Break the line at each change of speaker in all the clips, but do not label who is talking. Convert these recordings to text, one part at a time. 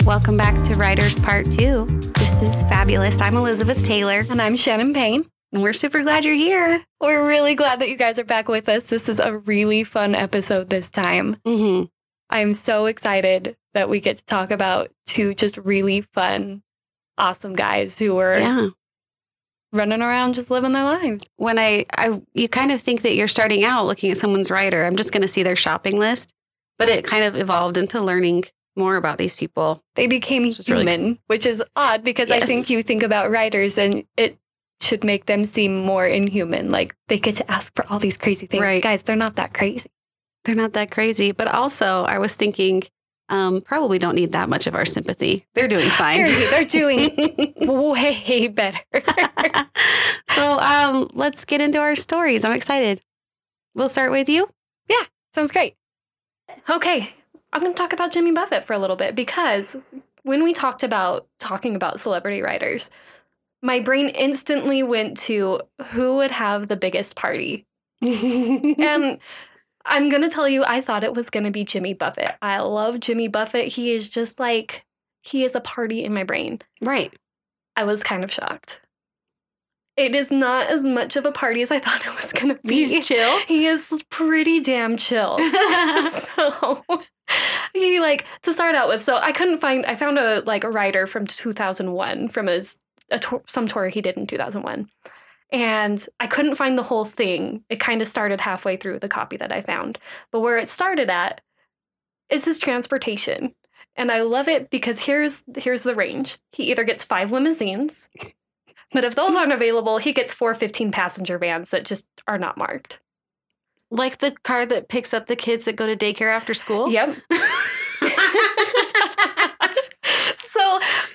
to Writers Part 2. This is fabulous. I'm Elizabeth Taylor,
And I'm Shannon Payne.
and we're super glad you're here.
We're really glad that you guys are back with us. This is a really fun episode this time.
Mm-hmm.
I'm so excited that we get to talk about two just really fun, awesome guys who were
Yeah.
running around just living their lives.
When I, I, you kind of think that you're starting out looking at someone's writer. I'm just going to see their shopping list, but it kind of evolved into learning more about these people.
They became
This is really-
human, which is odd because I
Yes.
think you think about writers and it should make them seem more inhuman. Like they get to ask for all these crazy things.
Right.
Guys, they're not that crazy.
They're not that crazy, but also I was thinking, um, probably don't need that much of our sympathy. They're doing fine.
Seriously, they're doing way better.
so um, let's get into our stories. I'm excited. We'll start with you.
Sounds great. Okay, I'm going to talk about Jimmy Buffett for a little bit because when we talked about talking about celebrity writers, my brain instantly went to who would have the biggest party. And I'm going to tell you, I thought it was going to be Jimmy Buffett. I love Jimmy Buffett. He is just like, he is a party in my brain.
right.
I was kind of shocked. It is not as much of a party as I thought it was going to be.
He's chill.
he is pretty damn chill so he like to start out with so i couldn't find i found a like a writer from 2001 from his a tour, some tour he did in 2001 and i couldn't find the whole thing it kind of started halfway through the copy that i found but where it started at is his transportation and i love it because here's here's the range he either gets five limousines but if those aren't available he gets four 15 passenger vans that just are not marked
like the car that picks up the kids that go to daycare after school.
yep so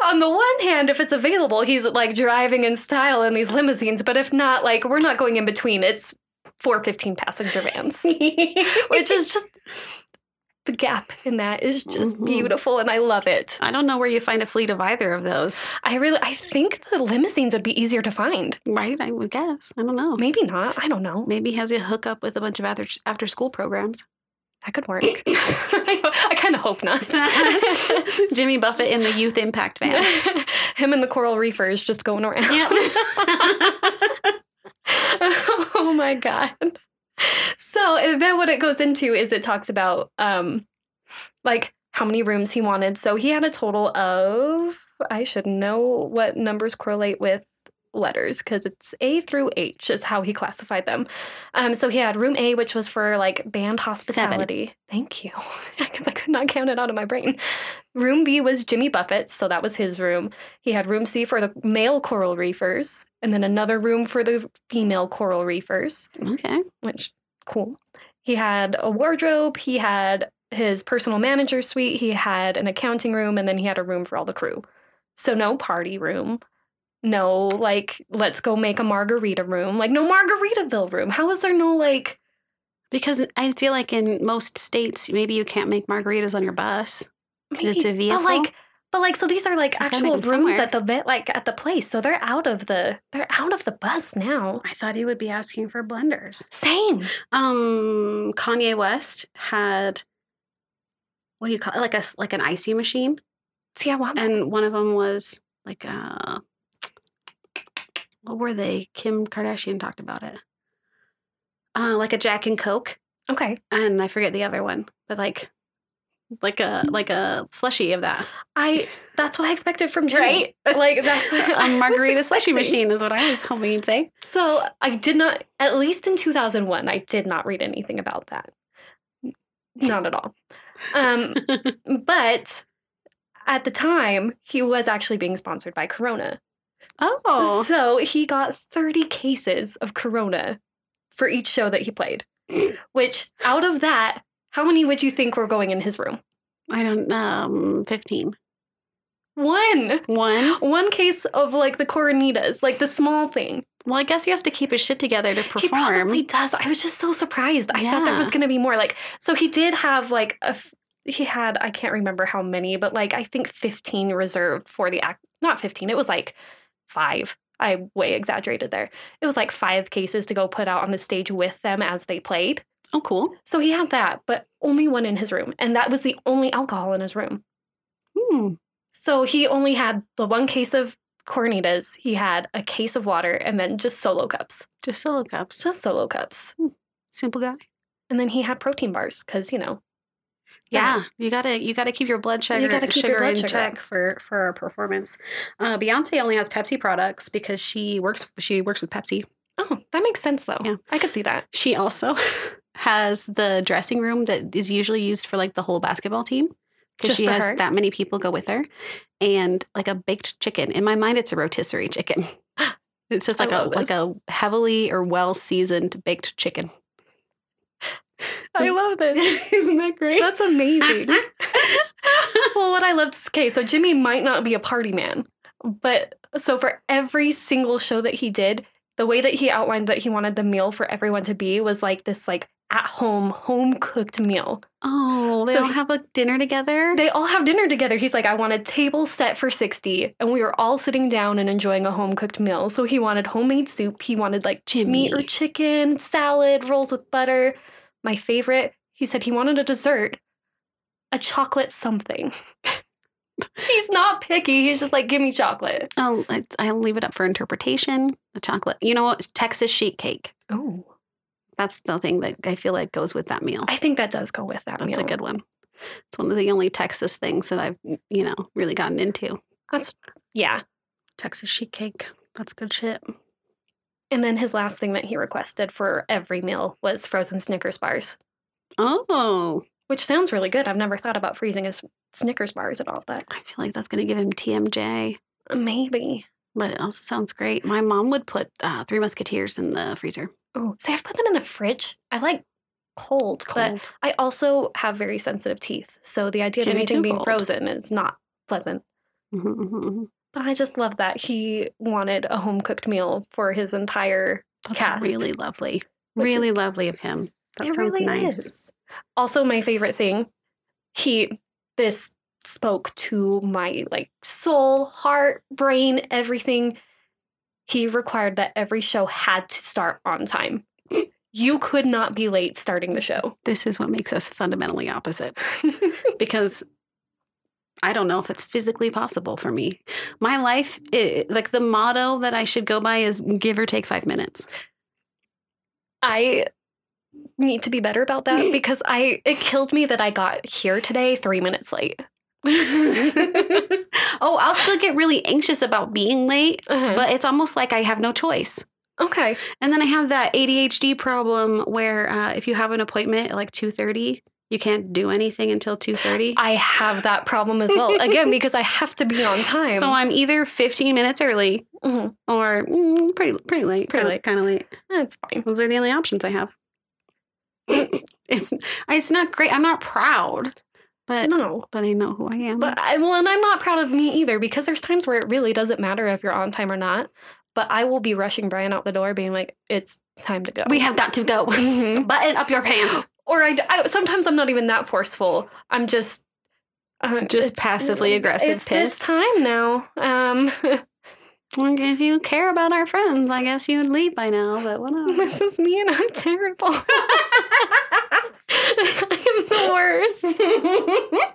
on the one hand if it's available he's like driving in style in these limousines but if not like we're not going in between it's four 15 passenger vans which is just the gap in that is just
Mhm.
beautiful and i love it
I don't know where you find a fleet of either of those.
i really i think the limousines would be easier to find
Right. I would guess. I don't know.
maybe not i don't know
Maybe he has a hookup with a bunch of after after school programs.
that could work i, kind of hope not
Jimmy Buffett in the youth impact van.
him and the coral reefers just going around
Yep.
oh my god. So and then what it goes into is it talks about um like how many rooms he wanted. So he had a total of I should know what numbers correlate with letters because it's A through H is how he classified them. Um so he had room A which was for like band hospitality. Thank you. Cuz I could not count it out of my brain. Room B was Jimmy Buffett's, so that was his room. He had room C for the male coral reefers, and then another room for the female coral reefers,
okay.
which cool. He had a wardrobe, he had his personal manager suite, he had an accounting room, and then he had a room for all the crew. So no party room. No, like, let's go make a margarita room. Like, no Margaritaville room. How is there no, like,
Because I feel like in most states, maybe you can't make margaritas on your bus. 'Cause it's a vehicle.
But like, but like, so these are like
So it's gotta
actual
make
rooms
them somewhere.
at the vet, like at the place. So they're out of the they're out of the bus now.
I thought he would be asking for blenders.
Same.
Um, Kanye West had what do you call it? like a s- like an icy machine,
See, I want that.
and one of them was like uh, what were they? Kim Kardashian talked about it, uh, like a Jack and Coke,
Okay,
and I forget the other one, but like like a like a slushy of that,
I that's what I expected from Jimmy. Like that's what I
a
was
margarita slushy
expecting.
machine is what I was hoping you'd say.
So I did not, at least in 2001, I did not read anything about that. Not at all. Um, but at the time, he was actually being sponsored by Corona.
Oh,
So he got 30 cases of corona for each show that he played. Which out of that, how many would you think were going in his room?
I don't um fifteen
One.
one.
One case of like the coronitas, like the small thing.
Well, I guess he has to keep his shit together to
He
perform.
probably does. I was just so surprised. I thought there was
Yeah.
going to be more. Like, so he did have like a, f- he had, I can't remember how many, but like I think 15 reserved for the act. Not 15, it was like five. I way exaggerated there. It was like five cases to go put out on the stage with them as they played.
oh, cool.
So he had that, but only one in his room. And that was the only alcohol in his room.
Hmm.
So he only had the one case of cornitas. He had a case of water and then just solo cups.
Just solo cups.
Just solo cups.
Simple guy.
And then he had protein bars because, you know,
Yeah, you gotta you gotta keep your blood sugar,
gotta keep your
sugar
blood
in
sugar
check
up.
for for our performance. Uh, Beyonce only has Pepsi products because she works she works with Pepsi.
oh, that makes sense though.
Yeah.
I could see that.
She also has the dressing room that is usually used for like the whole basketball team because
Just
she
for
has
her?
that many people go with her, and like a baked chicken. In my mind, it's a rotisserie chicken. It's just
I
like a
love
like a heavily or well seasoned baked chicken.
I love this.
Isn't that great?
That's amazing. well, what I loved, okay, so Jimmy might not be a party man, but so for every single show that he did, the way that he outlined that he wanted the meal for everyone to be was like this like at home, home cooked meal.
oh, they
So
don't
he-
have a dinner together.
They all have dinner together. He's like, I want a table set for 60. And we were all sitting down and enjoying a home cooked meal. So he wanted homemade soup. He wanted like meat or
Jimmy.
chicken, salad, rolls with butter. My favorite, he said he wanted a dessert, a chocolate something. he's not picky. He's just like, give me chocolate.
I'll, oh, it's- I'll leave it up for interpretation. The chocolate, you know, it's Texas sheet cake.
Oh.
That's the thing that I feel like goes with that meal.
I think that does go with that
That's
meal.
a good one. It's one of the only Texas things that I've, you know, really gotten into.
yeah.
Texas sheet cake. That's good shit.
And then his last thing that he requested for every meal was frozen Snickers bars,
Oh,
which sounds really good. I've never thought about freezing his Snickers bars at all, but
I feel like that's going to give him TMJ,
maybe.
but it also sounds great. My mom would put uh, Three Musketeers in the freezer.
Oh, see, I've put them in the fridge. I like cold, but
Cold.
I also have very sensitive teeth. So the idea
Can
of
be
anything
too
being
cold.
frozen is not pleasant.
Mhm, mhm, mhm.
But I just love that he wanted a home cooked meal for his entire.
That's
Cast.
really lovely.
Which
Really
is-
lovely of him. That
it
sounds
really
nice.
is. Also, my favorite thing, he this spoke to my like soul, heart, brain, everything. He required that every show had to start on time. you could not be late starting the show.
This is what makes us fundamentally opposites. because I don't know if it's physically possible for me. My life, i like the motto that I should go by is give or take five minutes.
I need to be better about that because I it killed me that I got here today three minutes late.
oh, I'll still get really anxious about being late,
But
but it's almost like I have no choice.
okay,
And then I have that ADHD problem where uh, if you have an appointment at like two thirty, you can't do anything until two thirty.
I have that problem as well again because I have to be on time.
So I'm either fifteen minutes early
Mhm.
or mm, pretty pretty late,
Pretty late.
kind of late.
That's Eh, fine.
Those are the only options I have. it's it's not great. I'm not proud, but
No,
but I know who I am.
but I well, and I'm not proud of me either because there's times where it really doesn't matter if you're on time or not. But I will be rushing Brian out the door, being like, "It's time to go."
we have got to go.
Mhm.
Button up your pants.
or I, I- sometimes I'm not even that forceful. I'm just uh,
Just
it's-
passively aggressive
It's this
pissed.
time now. Um,
Like, if you care about our friends, I guess you'd leave by now. But whatever.
this is me, and I'm terrible. I'm the worst.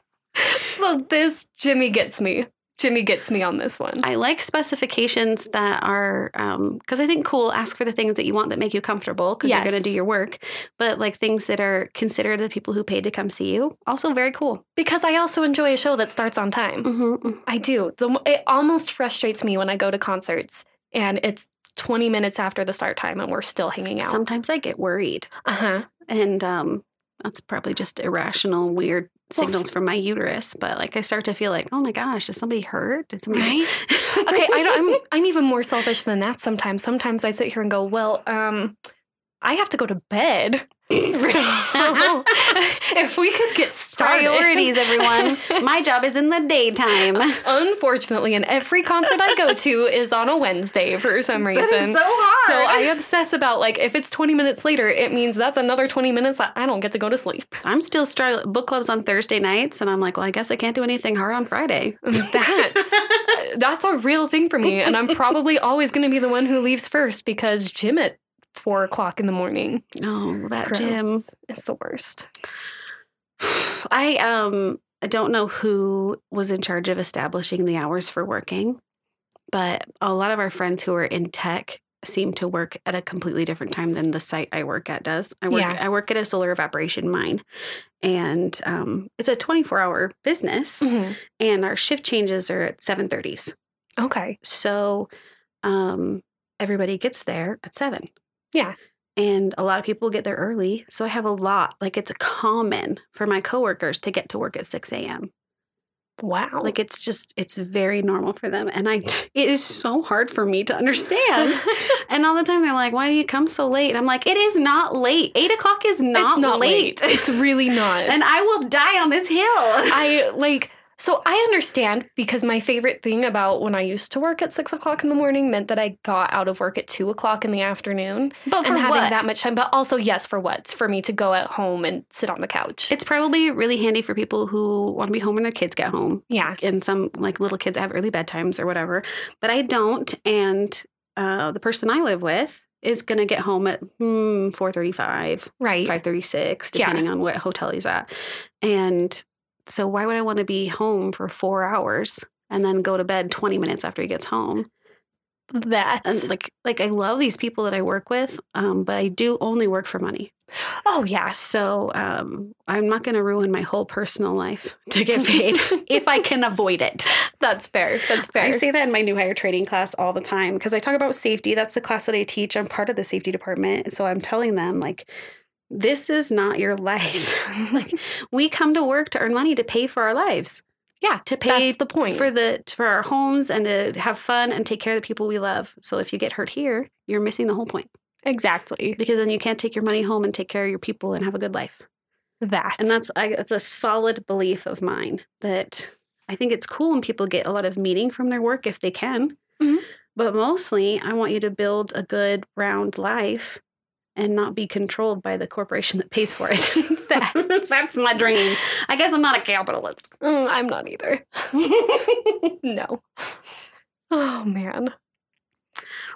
So this Jimmy gets me. Jimmy gets me on this one.
I like specifications that are because I think cool. Ask for the things that you want that make you comfortable because you're going
Yes.
to do your work. But like things that are considered the people who paid to come see you, also very cool.
Because I also enjoy a show that starts on time.
Mm-hmm.
I do. The, mo- it almost frustrates me when I go to concerts and it's 20 minutes after the start time and we're still hanging out.
Sometimes I get worried.
Uh huh.
and um that's probably just irrational weird
Well,
signals from my uterus but like i start to feel like oh my gosh is somebody hurt Did somebody
Right? okay, I don't, I'm I'm even more selfish than that. Sometimes, sometimes I sit here and go, well, um, I have to go to bed. So, if we could get started,
priorities everyone my job is in the daytime
Unfortunately, and every concert I go to is on a Wednesday for some
This is
reason.
so
So I
hard
obsess about like if it's 20 minutes later, it means that's another 20 minutes that I don't get to go to sleep.
i'm still struggling book clubs on thursday nights and i'm like well i guess i can't do anything hard on friday
That's that's a real thing for me, and I'm probably always going to be the one who leaves first because gym at four o'clock in the morning.
oh that
Gross.
gym
It's the worst.
I um I don't know who was in charge of establishing the hours for working, but a lot of our friends who are in tech seem to work at a completely different time than the site I work at does. I work
Yeah.
I work at a solar evaporation mine, and um, it's a twenty four hour business,
Mhm.
and our shift changes are at seven thirties.
Okay.
So um, everybody gets there at seven.
Yeah.
And a lot of people get there early. So I have a lot, like it's common for my coworkers to get to work at 6 a.m.
Wow.
Like it's just, it's very normal for them. And I, it is so hard for me to understand. and all the time they're like, why do you come so late? And I'm like, it is not late. Eight o'clock is not,
it's not
late.
late. It's really not.
and I will die on this hill.
I like so I understand because my favorite thing about when I used to work at six o'clock in the morning meant that I got out of work at two o'clock in the afternoon
but for
and having
what?
that much time. But also, yes, for what? For me to go at home and sit on the couch.
it's probably really handy for people who want to be home when their kids get home.
yeah,
and some like little kids have early bedtimes or whatever but i don't and uh, the person i live with is going to get home at hmm, 4.35
right.
5.36
Yeah.
depending on what hotel he's at and so why would i want to be home for four hours and then go to bed 20 minutes after he gets home and
That's
like like i love these people that i work with um, but i do only work for money
oh yes.
so um, i'm not going to ruin my whole personal life to get paid if i can avoid it
That's fair. That's fair.
I say that in my new hire training class all the time because I talk about safety. That's the class that I teach. I'm part of the safety department. So I'm telling them, like, this is not your life. like, we come to work to earn money to pay for our lives.
Yeah,
To pay
That's the point.
for the for our homes and to have fun and take care of the people we love. So if you get hurt here, you're missing the whole point
exactly.
because then you can't take your money home and take care of your people and have a good life.
That.
And that's I, it's a solid belief of mine that I think it's cool when people get a lot of meaning from their work if they can.
Mhm.
But mostly, I want you to build a good, round life and not be controlled by the corporation that pays for it.
That's-
that's my dream. I guess I'm not a capitalist.
Mm, I'm not either. no. Oh man.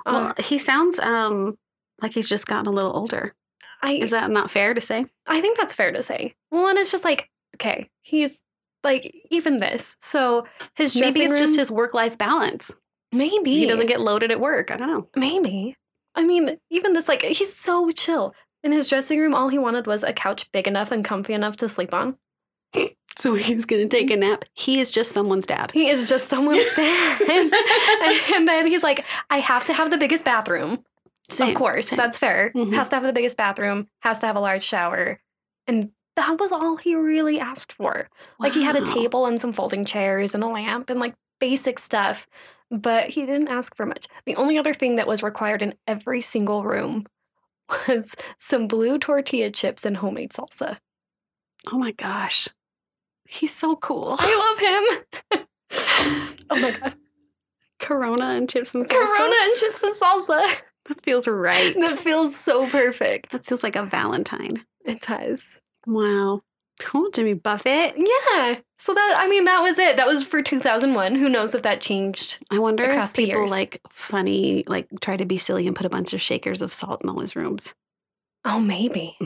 Um,
well, he sounds um, like he's just gotten a little older.
I
Is that not fair to say?
I think that's fair to say. Well, and it's just like, okay, he's like even this. So his dressing
Maybe it's
room,
just his work-life balance.
maybe
He doesn't get loaded at work. I don't know.
maybe. I mean, even this like he's so chill. In his dressing room, all he wanted was a couch big enough and comfy enough to sleep on.
So he's gonna take a nap. He is just someone's dad.
He is just someone's dad. and, and then he's like, I have to have the biggest bathroom.
Same.
of course,
same.
that's fair.
Mhm.
Has to have the biggest bathroom, has to have a large shower. And that was all he really asked for. Like he had a
Wow.
table and some folding chairs and a lamp and like basic stuff, but he didn't ask for much. The only other thing that was required in every single room was some blue tortilla chips and homemade salsa.
Oh my gosh. He's so cool.
I love him. oh my god.
Corona and chips and salsa.
Corona and chips and salsa.
That feels right.
That feels so perfect.
That feels like a Valentine.
It does.
Wow. Cool, Jimmy Buffett.
Yeah. So that I mean that was it. That was for 2001. Who knows if that changed?
I wonder
Across
if
the
people
years.
like funny, like try to be silly and put a bunch of shakers of salt in all his rooms.
Oh, maybe.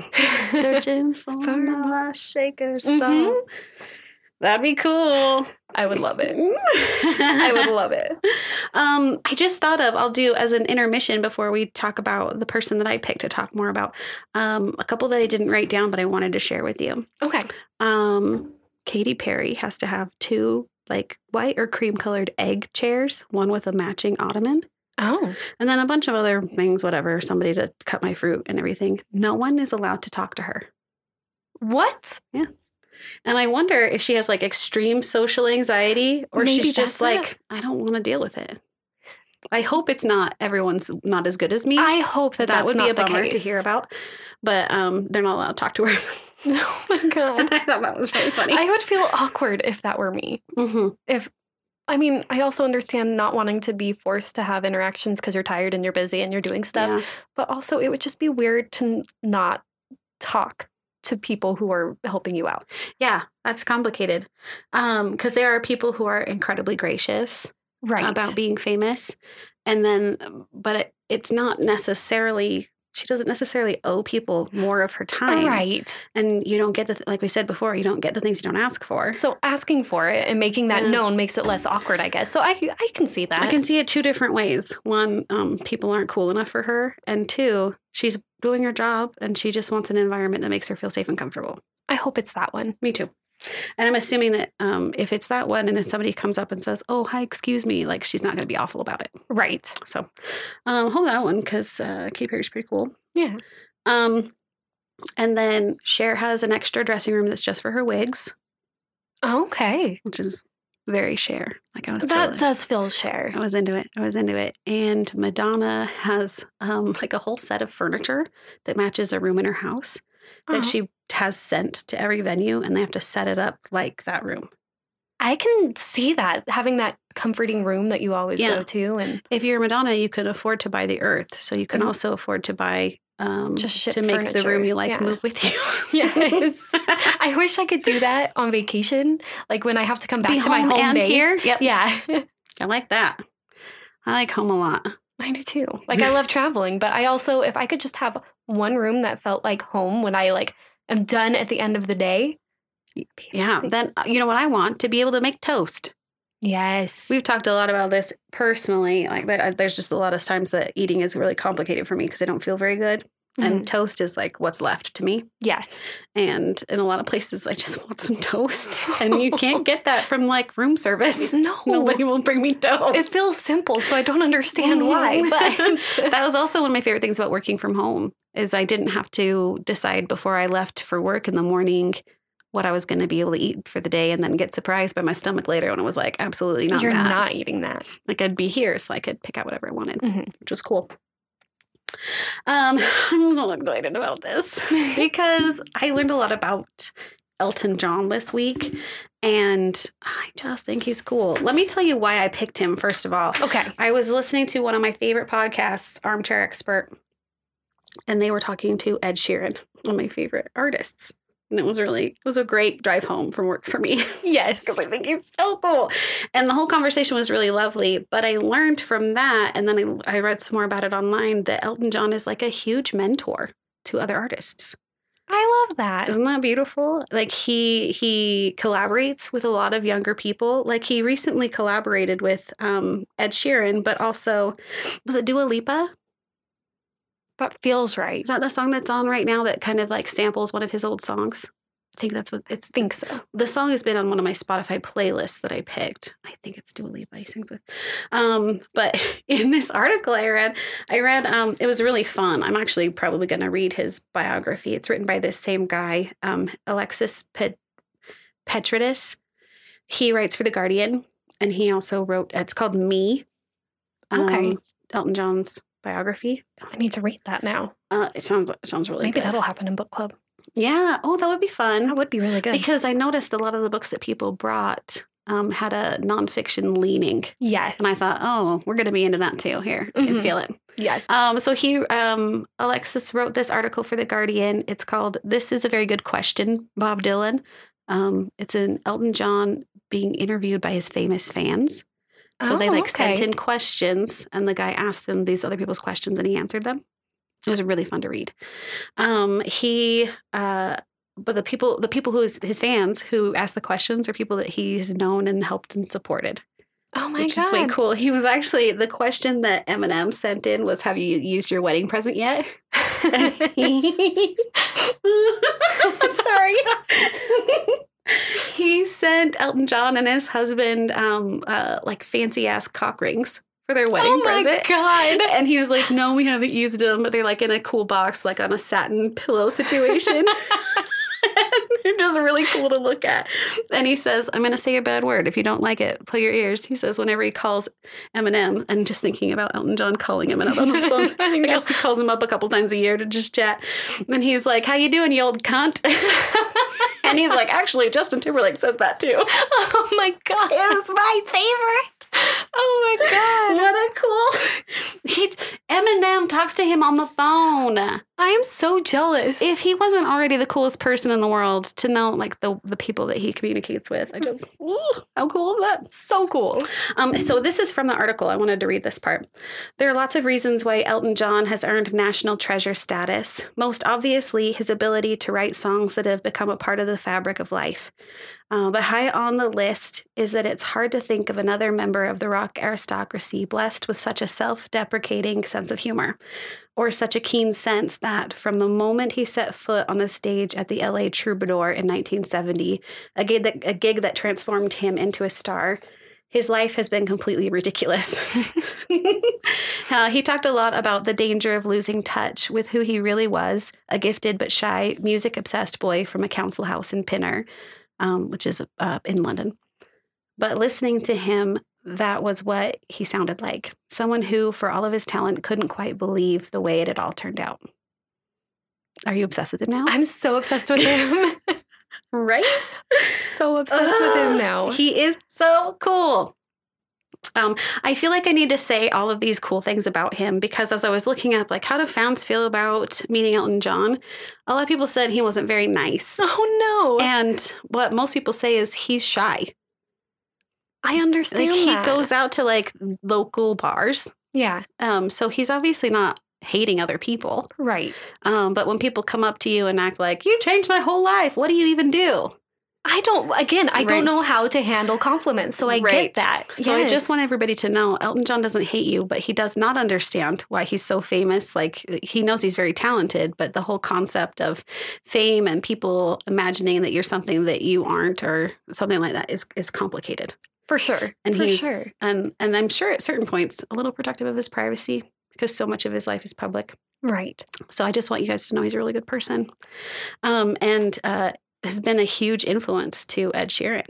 Searching for
For-
my shaker
Mhm.
salt. That'd be cool.
I would love it. I
I
would love it.
Um, I just thought of, I'll do as an intermission before we talk about the person that I picked to talk more about. Um, a couple that I didn't write down, but I wanted to share with you.
Okay.
Um, Katy Perry has to have two like white or cream colored egg chairs, one with a matching ottoman,
Oh.
and then a bunch of other things, whatever, somebody to cut my fruit and everything. No one is allowed to talk to her.
What?
And I wonder if she has like extreme social anxiety or
Maybe
she's just
that's it.
like, I don't want to deal with it. I hope it's not everyone's not as good as me.
I hope that
that
that's
would
not
be a
the
bummer
case.
to hear about. But um, they're not allowed to talk to her.
Oh my god.
and I thought that was really funny.
I would feel awkward if that were me.
Mhm.
I mean, I also understand not wanting to be forced to have interactions because you're tired and you're busy and you're doing stuff,
Yeah.
but also it would just be weird to n- not talk to people who are helping you out.
Yeah, that's complicated. Because there are people who are incredibly gracious
Right.
about being famous. And then, but it, it's not necessarily she doesn't necessarily owe people more of her time.
Oh, Right.
And you don't get the, th- like we said before, you don't get the things you don't ask for.
So asking for it and making that
Yeah.
known makes it less awkward, I guess. So I I can see that.
I can see it two different ways. One, um, people aren't cool enough for her. And two, she's doing her job and she just wants an environment that makes her feel safe and comfortable.
I hope it's that one.
Me too. And I'm assuming that um, if it's that one and if somebody comes up and says, oh, hi, excuse me, like she's not going to be awful about it.
Right.
So um, hold that one because uh, Key Perry's pretty cool.
Yeah.
Um, and then Cher has an extra dressing room that's just for her wigs,
Okay.
which is very Cher. Like I was
That
telling-
does feel share.
I was into it. I was into it. And Madonna has um, like a whole set of furniture that matches a room in her house that
Oh.
she has sent to every venue, and they have to set it up like that room.
I can see that having that comforting room that you always
Yeah.
go to and
If you're Madonna, you can afford to buy the Earth, so you can
Mhm.
also afford to buy um,
Just shit
to make the room
furniture.
you like
Yeah.
move with you.
Yes. I wish I could do that on vacation, like when I have to come back
Be
to my home
and
base.
here. Yep.
Yeah,
I like that. I like home a lot.
I do too. Like I love traveling, but I also if I could just have one room that felt like home when I like am done at the end of the day. it'd be
Yeah.
amazing.
Then uh, you know what I want to be able to make toast.
yes.
We've talked a lot about this personally. Like, that, I- there's just a lot of times that eating is really complicated for me because I don't feel very good.
Mhm.
And toast is like what's left to me.
yes.
And in a lot of places, I just want some toast. And you can't get that from like room service.
No.
Nobody will bring me toast.
It feels simple, so I don't understand why. But
that was also one of my favorite things about working from home is I didn't have to decide before I left for work in the morning what I was going to be able to eat for the day and then get surprised by my stomach later when it was like absolutely not
you're
that.
not eating that.
Like I'd be here so I could pick out whatever I wanted,
Mhm.
which was cool. Um, I'm so excited about this because I learned a lot about Elton John this week and I just think he's cool. Let me tell you why I picked him first of all.
Okay.
I was listening to one of my favorite podcasts, Armchair Expert, and they were talking to Ed Sheeran, one of my favorite artists. And it was really, it was a great drive home from work for me
Yes.
because I think he's so cool. And the whole conversation was really lovely. But I learned from that, and then I, I read some more about it online, that Elton John is like a huge mentor to other artists.
I love that.
Isn't that beautiful? Like he he collaborates with a lot of younger people. Like he recently collaborated with um, Ed Sheeran, but also was it Dua Lipa?
That feels right.
Is that the song that's on right now that kind of like samples one of his old songs? I think that's what it's.
think so.
The song has been on one of my Spotify playlists that I picked. I think it's Dua Lipa he sings with. Um, but in this article I read, I read um, it was really fun. I'm actually probably going to read his biography. It's written by this same guy, um, Alexis Pet- Petridis. He writes for The Guardian, and he also wrote. It's called Me. um,
Okay.
Elton John's biography.
I need to read that now.
Uh, it sounds it sounds really
Maybe
good.
that'll happen in book club.
yeah. Oh, that would be fun.
That would be really good.
Because I noticed a lot of the books that people brought um, had a nonfiction leaning.
yes.
And I thought, oh, we're going to be into that too. Here, I can
Mhm.
feel it.
yes.
Um, so he, um, Alexis wrote this article for The Guardian. It's called This is a Very Good Question, Bob Dylan. Um, it's an Elton John being interviewed by his famous fans. So they
Oh,
like sent
okay.
in questions and the guy asked them these other people's questions and he answered them. It was really fun to read. Um, he, uh, but the people, the people who is his fans who asked the questions are people that he's known and helped and supported
Oh my
which
god.
is way cool. He was actually the question that Eminem sent in was, "Have you used your wedding present yet?" Sorry. he sent Elton John and his husband um, uh, like fancy ass cock rings for their wedding
oh my
present.
god.
And he was like, "No, we haven't used them, but they're like in a cool box, like on a satin pillow situation." They're just really cool to look at. And he says, I'm going to say a bad word. If you don't like it, plug your ears. He says, whenever he calls Eminem, and just thinking about Elton John calling him up on the phone.
I
I
know.
guess he calls him up a couple times a year to just chat. And he's like, How you doing, you old cunt? and he's like, Actually, Justin Timberlake says that too.
oh my god.
was my favorite.
Oh my god.
What a cool. He, Eminem talks to him on the phone.
I am so jealous.
If he wasn't already the coolest person in the world, to know like the the people that he communicates with, I just ooh, how cool is that?
so cool.
Um, so this is from the article. I wanted to read this part. There are lots of reasons why Elton John has earned national treasure status. Most obviously, his ability to write songs that have become a part of the fabric of life. Uh, but high on the list is that it's hard to think of another member of the rock aristocracy blessed with such a self-deprecating sense of humor. Or such a keen sense that from the moment he set foot on the stage at the LA Troubadour in 1970, a gig that, a gig that transformed him into a star, his life has been completely ridiculous. Uh, he talked a lot about the danger of losing touch with who he really was a gifted but shy, music obsessed boy from a council house in Pinner, um, which is uh, in London. But listening to him, that was what he sounded like someone who, for all of his talent, couldn't quite believe the way it had all turned out. Are you obsessed with him now?
I'm so obsessed with him.
right.
so obsessed with him now.
He is so cool. Um, I feel like I need to say all of these cool things about him because as I was looking up, like, how do fans feel about meeting Elton John? A lot of people said he wasn't very nice.
oh no.
And what most people say is he's shy.
I understand
Like, he
that.
goes out to like local bars.
Yeah,
Um, so he's obviously not hating other people.
right.
Um, but when people come up to you and act like, you changed my whole life, what do you even do?
I don't again, I
Right.
don't know how to handle compliments, so I
Right.
get that.
So I just
Yes.
want everybody to know Elton John doesn't hate you, but he does not understand why he's so famous. Like he knows he's very talented, but the whole concept of fame and people imagining that you're something that you aren't or something like that is is complicated.
for sure.
And
for
he's-
sure.
And and I'm sure at certain points a little protective of his privacy because so much of his life is public.
Right.
So I just want you guys to know he's a really good person. Um, and uh, has been a huge influence to Ed Sheeran.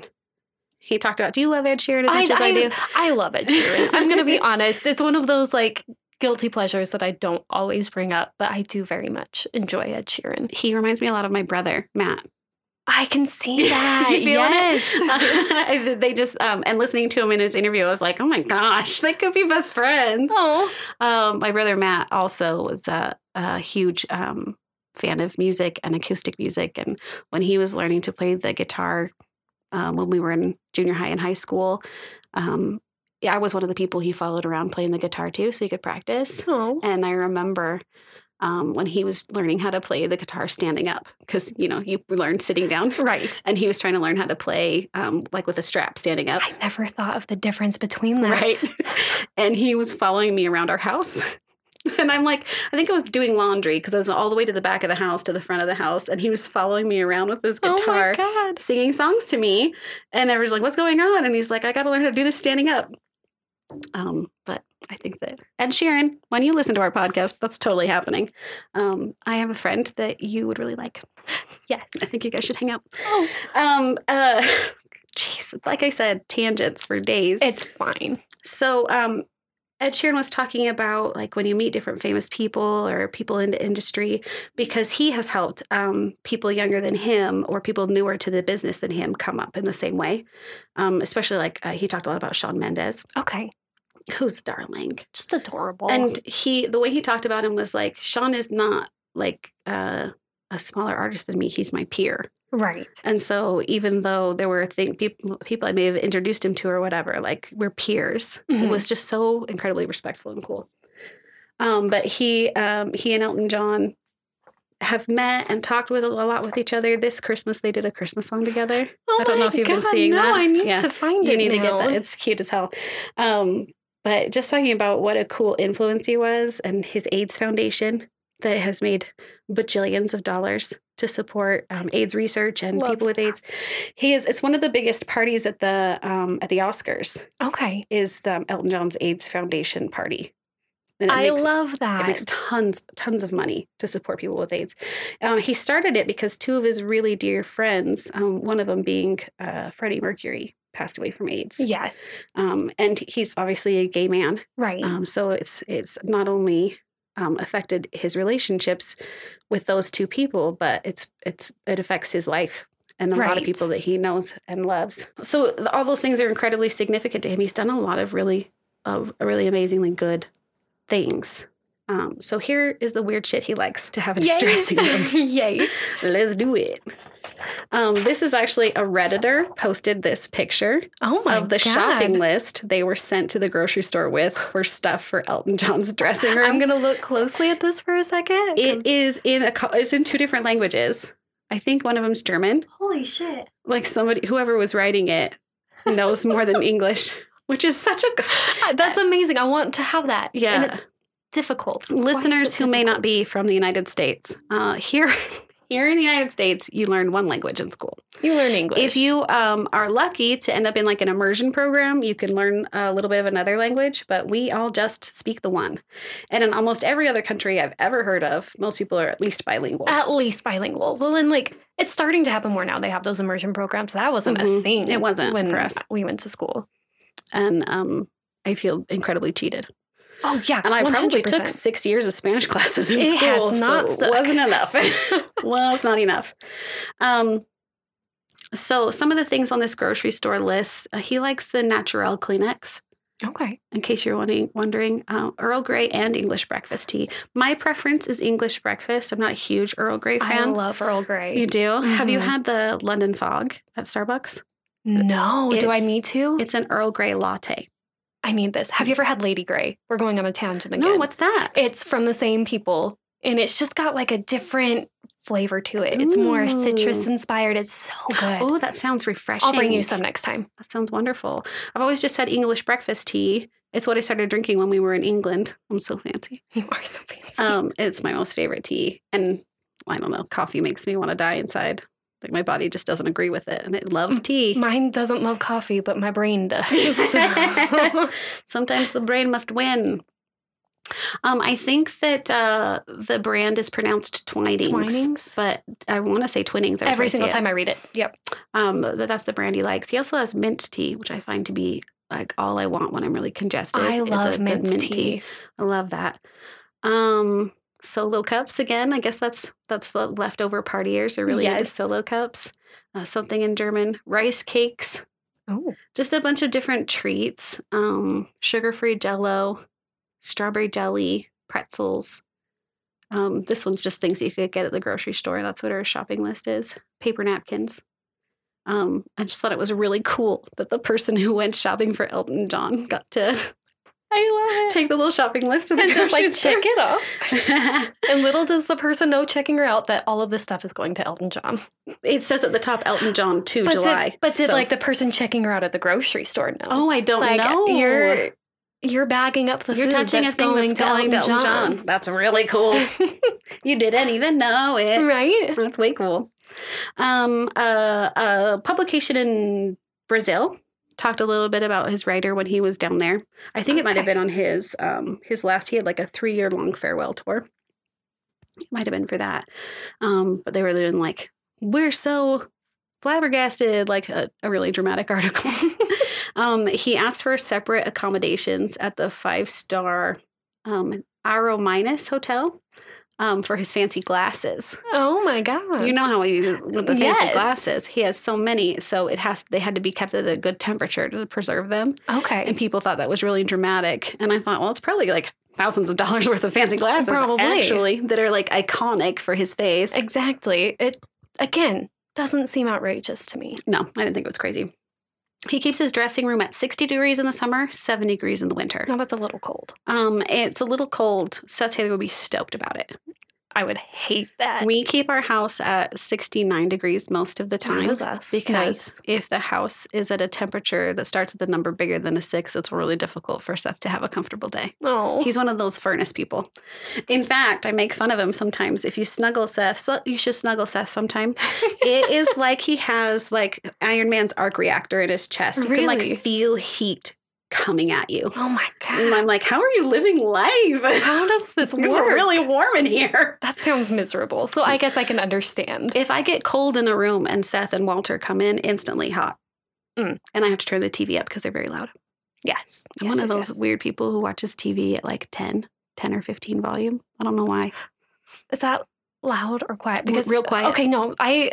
He talked about, do you love Ed Sheeran as much as I do?
I love it, Sheeran. I'm gonna be honest. It's one of those like guilty pleasures that I don't always bring up, but I do very much enjoy Ed Sheeran.
he reminds me a lot of my brother Matt.
I can see that.
You feeling it?
yes.
they just um, and listening to him in his interview, I was like, oh my gosh, they could be best friends.
oh.
Um, my brother Matt also was a, a huge um, fan of music and acoustic music, and when he was learning to play the guitar um, when we were in junior high and high school. Um, yeah, I was one of the people he followed around playing the guitar too, so he could practice.
oh.
And I remember um, when he was learning how to play the guitar standing up, because you know you learn sitting down,
Right.
and he was trying to learn how to play um, like with a strap standing up,
I never thought of the difference between that.
right? and he was following me around our house. And I'm like, I think I was doing laundry because I was all the way to the back of the house to the front of the house, and he was following me around with his
Oh
guitar,
my god.
singing songs to me. And everyone's like, "What's going on?" And he's like, "I got to learn how to do this standing up." Um, but I think that Ed Sheeran, when you listen to our podcast, that's totally happening. Um, I have a friend that you would really like. I
Yes.
think you guys should hang out.
Oh.
Um, uh, jeez, like I said, tangents for days.
It's fine.
So, um, Ed Sheeran was talking about like when you meet different famous people or people in the industry, because he has helped um, people younger than him or people newer to the business than him come up in the same way. Um, especially like uh, he talked a lot about Sean Mendes,
Okay.
who's a darling.
Just adorable.
And he, the way he talked about him was like, Sean is not like uh, a smaller artist than me. He's my peer.
right.
And so, even though there were thing, people, people I may have introduced him to or whatever, like we're peers, it
Mhm.
was just so incredibly respectful and cool. Um, but he, um, he and Elton John have met and talked with a lot with each other. This Christmas, they did a Christmas song together.
Oh
I don't know
my
if you've been
God,
seeing
no,
that.
I need
Yeah.
to find
You
it.
need to get
now.
that. It's cute as hell. Um, but just talking about what a cool influence he was and his AIDS Foundation that has made bajillions of dollars to support um, AIDS research and
Love
people with
that.
AIDS. He is. It's one of the biggest parties at the um, at the Oscars.
Okay.
Is the Elton John's AIDS Foundation party. And it
I
makes-
love
it
that.
makes tons, tons of money to support people with AIDS. Um, he started it because two of his really dear friends, um, one of them being uh, Freddie Mercury, passed away from AIDS.
yes.
Um, and he's obviously a gay man,
Right.
um, so it's it's not only um, affected his relationships with those two people, but it's it's it affects his life and a lot of
Right.
people that he knows and loves. So th- all those things are incredibly significant to him. He's done a lot of really, uh, really amazingly good things. Um, so here is the weird shit he likes to have in his dressing room.
Yay. Yay.
Let's do it. Um, this is actually a Redditor posted this picture
Oh my
of the
God.
shopping list they were sent to the grocery store with for stuff for Elton John's dressing room.
I'm going to look closely at this for a second. 'cause-
it is in a co- it's in two different languages. I think one of them's German.
Holy shit.
Like somebody whoever was writing it knows more than English, which is such a
Ah, That's amazing. I want to have that.
Yeah.
And it's difficult. Why is
listeners
it
who may
difficult?
not be from the United States. Uh, here here in the United States, you learn one language in school.
You learn English.
If you um, are lucky to end up in like an immersion program, you can learn a little bit of another language, but we all just speak the one. And in almost every other country I've ever heard of, most people are at least bilingual.
At least bilingual. Well, and like it's starting to happen more now. They have those immersion programs. That wasn't a
Mhm.
thing.
It wasn't
when
for us.
we went to school.
and um, I feel incredibly cheated.
Oh yeah,
And I probably
100%.
took six years of Spanish classes in
It has
school.
not
so
stuck.
wasn't enough. well, it's not enough. Um, so some of the things on this grocery store list, uh, he likes the Naturel Kleenex.
okay.
in case you're wondering, wondering uh, Earl Grey and English breakfast tea. My preference is English breakfast. I'm not a huge Earl Grey
I
fan.
love Earl Grey.
you do? Have you
Mhm.
had the London Fog at Starbucks?
no, do I
It's-
need to?
It's an Earl Grey latte.
I need this. Have you ever had Lady Grey? We're going on a tangent again.
No, what's that?
it's from the same people, and it's just got like a different flavor to it. It's more
Ooh.
citrus inspired. It's so good.
Oh, that sounds refreshing.
I'll bring you some next time.
That sounds wonderful. I've always just had English breakfast tea. It's what I started drinking when we were in England. I'm so fancy.
You are so fancy.
Um, it's my most favorite tea, and I don't know. Coffee makes me want to die inside. Like my body just doesn't agree with it, and it loves
Mm,
tea.
Mine doesn't love coffee, but my brain does. So-
Sometimes the brain must win. Um, I think that uh, the brand is pronounced Twinings,
Twinings?
but I want to say Twinnings every,
Every single
I see
time I read it. Yep.
it. Um, but that's the brand he likes. He also has mint tea, which I find to be like all I want when I'm really congested.
I
is a
love
good
mint, tea.
I love that. Um, solo cups again. I guess that's that's the leftover partiers are really into
Yes.
solo cups. Uh, something in German, rice cakes
Oh,
just a bunch of different treats um, sugar free jello, strawberry jelly, pretzels. Um, this one's just things that you could get at the grocery store. That's what our shopping list is paper napkins. Um, I just thought it was really cool that the person who went shopping for Elton John got to
I love it.
take the little shopping list to the
and just
grocery
like
store.
check it off. And little does the person know checking her out that all of this stuff is going to Elton John.
it says at the top Elton John to
But
July.
did, but did
so-
like the person checking her out at the grocery store know?
oh, I don't
like
know.
you're you're bagging up the
You're
food
touching
that's
a thing
going
that's going to Elton John. That's really cool. you didn't even know it.
right?
That's way cool. Um, uh, a publication in Brazil talked a little bit about his writer when he was down there. I think it might have
Okay.
been on his um, his last. He had like a three year long farewell tour. It might have been for that, um, but they were doing like we're so flabbergasted, like a, a really dramatic article. um, he asked for separate accommodations at the five star um, Aro Minus Hotel um, for his fancy glasses.
Oh my god.
You know how he with the fancy
Yes.
glasses. He has so many, so it has they had to be kept at a good temperature to preserve them.
okay.
And people thought that was really dramatic. And I thought, well, it's probably like thousands of dollars worth of fancy glasses
Probably.
actually that are like iconic for his face.
Exactly. It again doesn't seem outrageous to me.
No, I didn't think it was crazy. He keeps his dressing room at 60 degrees in the summer, 70 degrees in the winter.
Now that's a little cold.
Um, it's a little cold. Seth Taylor would be stoked about it.
I would hate that.
We keep our house at 69 degrees most of the
That
time.
is us.
because if the house is at a temperature that starts with a number bigger than a six, it's really difficult for Seth to have a comfortable day.
oh,
He's one of those furnace people. In fact, I make fun of him sometimes. If you snuggle Seth, so you should snuggle Seth sometime. it is like he has like Iron Man's arc reactor in his chest. You can
Really?
like feel heat coming at you.
oh my
And
god.
I'm like, how are you living life?
How does this work?
It's really warm in here.
that sounds miserable. So I guess I can understand.
If I get cold in a room and Seth and Walter come in, instantly hot.
Mm.
And I have to turn the TV up because they're very loud.
Yes.
I'm
Yes,
one of
yes,
those
yes.
weird people who watches TV at like 10, 10 or 15 volume. I don't know why.
Is that loud or quiet? Because
real quiet.
okay, no, I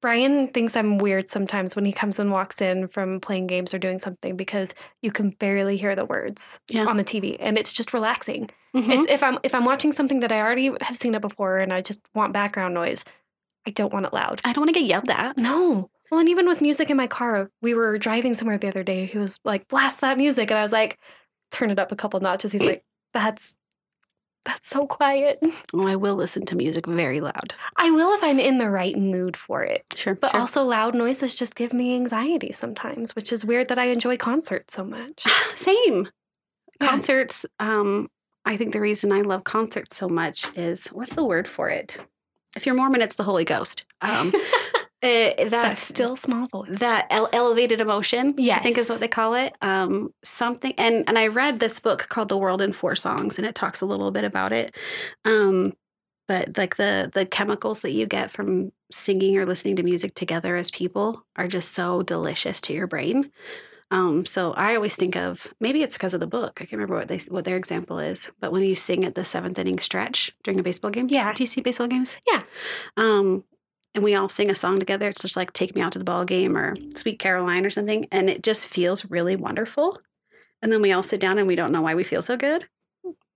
Brian thinks I'm weird sometimes when he comes and walks in from playing games or doing something because you can barely hear the words
Yeah.
on the TV and it's just relaxing.
Mhm.
It's if I'm if I'm watching something that I already have seen it before and I just want background noise, I don't want it loud.
I don't want to get yelled at.
No. Well, and even with music in my car, we were driving somewhere the other day. He was like, "Blast that music," and I was like, "Turn it up a couple notches." He's like, "That's that's so quiet."
Oh, I will listen to music very loud.
I will if I'm in the right mood for it.
Sure.
But also, loud noises just give me anxiety sometimes, which is weird that I enjoy concerts so much.
Ah, same.
Yeah.
Concerts. Um, I think the reason I love concerts so much is what's the word for it? If you're Mormon, it's the Holy Ghost. Um, eh, that
That's still small voice.
that ele- elevated emotion. I think is
Yes.
what they call it. Um, something. And and I read this book called The World in Four Songs, and it talks a little bit about it. Um, but like the the chemicals that you get from singing or listening to music together as people are just so delicious to your brain. Um, so I always think of maybe it's because of the book. I can't remember what they what their example is, but when you sing at the seventh inning stretch during a baseball game, do you-
Yeah.
do you see baseball games?
Yeah.
Um, and we all sing a song together. It's just like "Take Me Out to the Ball Game" or "Sweet Caroline" or something, and it just feels really wonderful. And then we all sit down and we don't know why we feel so good.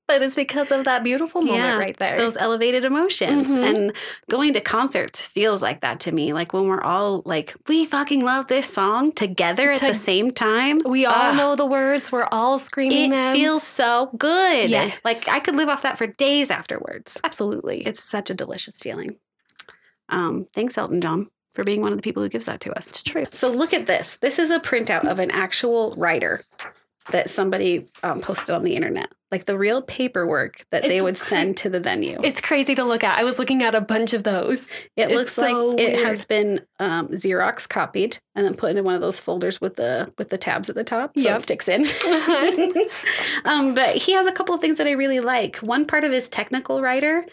But it's because of that beautiful moment
Yeah,
right there.
Those elevated emotions
Mhm.
and going to concerts feels like that to me. Like when we're all like, we fucking love this song together at
To-
the same time.
we all
Ugh.
know the words. We're all
ah. It
screaming them.
feels so good.
Yes.
Like I could live off that for days afterwards.
absolutely.
It's such a delicious feeling. Um, thanks, Elton John, for being one of the people who gives that to us.
It's true.
So look at this. This is a printout of an actual writer that somebody um, posted on the internet, like the real paperwork that they
It's
would
cra-
send to the venue.
It's crazy to look at. I was looking at a bunch of those.
It
It's
looks
so
like it
weird.
has been um, Xerox copied and then put into one of those folders with the with the tabs at the top, so
Yep.
it sticks in. um, but he has a couple of things that I really like. One part of his technical writer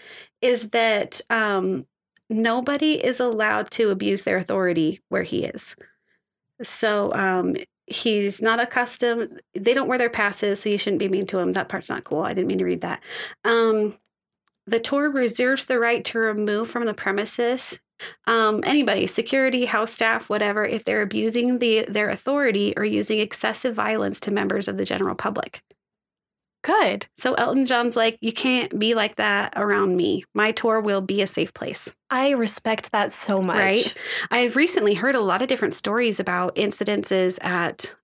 is that um, nobody is allowed to abuse their authority where he is. So um, he's not accustomed. They don't wear their passes, so you shouldn't be mean to him. That part's not cool. I didn't mean to read that. Um, the tour reserves the right to remove from the premises um, anybody, security, house staff, whatever, if they're abusing the their authority or using excessive violence to members of the general public.
Good.
So Elton John's like, you can't be like that around me. My tour will be a safe place.
I respect that so much.
Right? I've recently heard a lot of different stories about incidences at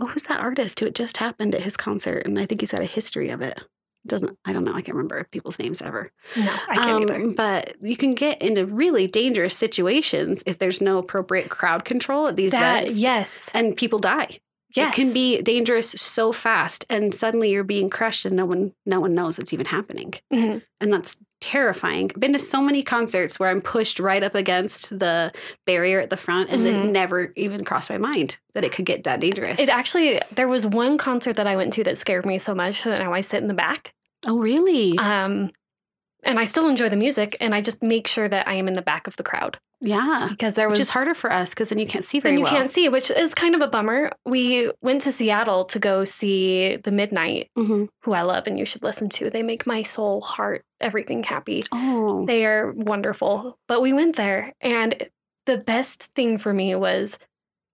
oh, who's that artist who it just happened at his concert, and I think he's got a history of it. Doesn't I don't know. I can't remember people's names ever.
No, I can't
Um,
either.
But you can get into really dangerous situations if there's no appropriate crowd control at these
That
events,
yes,
and people die.
yes.
It can be dangerous so fast, and suddenly you're being crushed, and no one no one knows it's even happening,
Mhm.
and that's terrifying. I've been to so many concerts where I'm pushed right up against the barrier at the front, and it
Mhm.
never even crossed my mind that it could get that dangerous.
It actually there was one concert that I went to that scared me so much that now I sit in the back.
oh, really?
Um, and I still enjoy the music, and I just make sure that I am in the back of the crowd
yeah,
because there was
which is harder for us because then you can't see very
then you
well.
can't see, which is kind of a bummer. We went to Seattle to go see the Midnight,
Mhm.
who I love and you should listen to. They make my soul, heart, everything happy.
Oh,
They are wonderful. But we went there, and the best thing for me was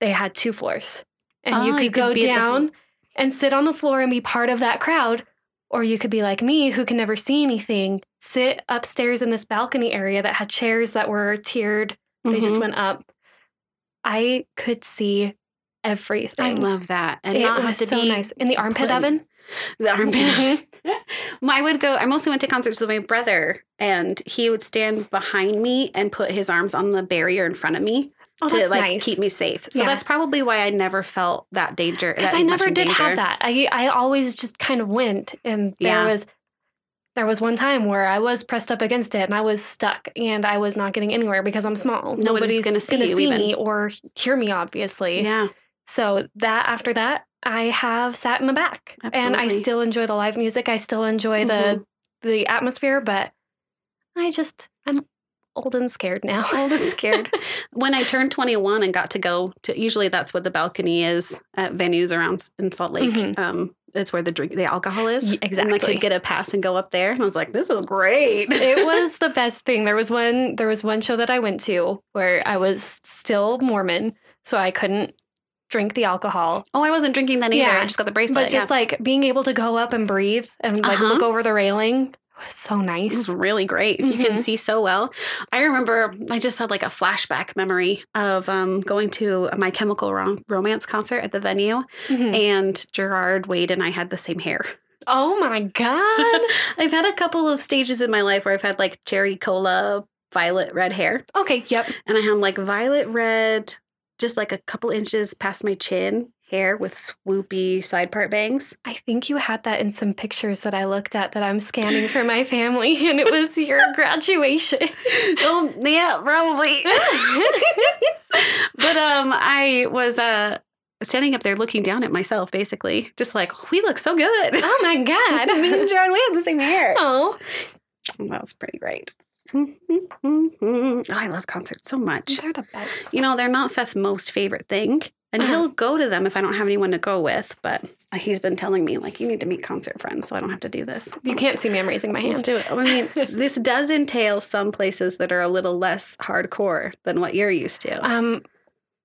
they had two floors, and
Ah,
you could,
you could
go
be at the
down and sit on the floor and be part of that crowd. Or you could be like me, who can never see anything, sit upstairs in this balcony area that had chairs that were tiered. They just
Mhm.
went up. I could see everything.
I love that, and
it
not have
was
to
so
be
nice in the armpit
put-
oven.
the armband.
Mm-hmm.
Well, I would go. I mostly went to concerts with my brother, and he would stand behind me and put his arms on the barrier in front of me
Oh,
to
that's
like
nice.
keep me safe. So
Yeah.
that's probably why I never felt that danger.
because
that
I
much
never
in
did
danger.
have that. I I always just kind of went, and there
Yeah.
was there was one time where I was pressed up against it, and I was stuck, and I was not getting anywhere because I'm small.
Nobody's gonna see you even.
me or hear me, obviously.
Yeah,
So that after that, I have sat in the back, and I
Absolutely. Mm-hmm.
still enjoy the live music. I still enjoy the the atmosphere, but I just I'm old and scared now.
old and scared. when I turned 21 and got to go to, usually that's what the balcony is at venues around in Salt Lake.
Mhm.
Um, it's where the drink, the alcohol is.
Ye-
And I
exactly.
could get a pass and go up there, and I was like, "This is great."
it was the best thing. There was one there was one show that I went to where I was still Mormon, so I couldn't drink the alcohol,
Oh, I wasn't drinking then either.
Yeah.
I just got the bracelet.
but just like being able to go up and breathe and like
Uh-huh.
look over the railing was so
It was
nice.
really great. You can see so well. I remember I just had like a flashback memory of um, going to my Chemical Ro- Romance concert at the venue,
Mhm.
and Gerard Wade and I had the same hair.
Oh my god.
I've had a couple of stages in my life where I've had like cherry cola, violet red hair,
okay, yep.
and I had like violet red, just like a couple inches past my chin hair with swoopy side part bangs.
I think you had that in some pictures that I looked at that I'm scanning for my family and it was your graduation.
oh yeah, probably.
Oh
but um, I was uh standing up there looking down at myself, basically, just like we look so good.
Oh my
Me and
god.
Jared, we have the same hair.
Oh.
That was pretty great. Mm-hmm, oh, I love concerts so much.
They're the best.
You know, they're not Seth's most favorite thing, and
Uh-huh.
he'll go to them if I don't have anyone to go with. But uh, he's been telling me like, you need to meet concert friends, so I don't have to do this.
you can't see me. I'm raising my
Let's
hand.
do it. I mean, this does entail some places that are a little less hardcore than what you're used to.
Um,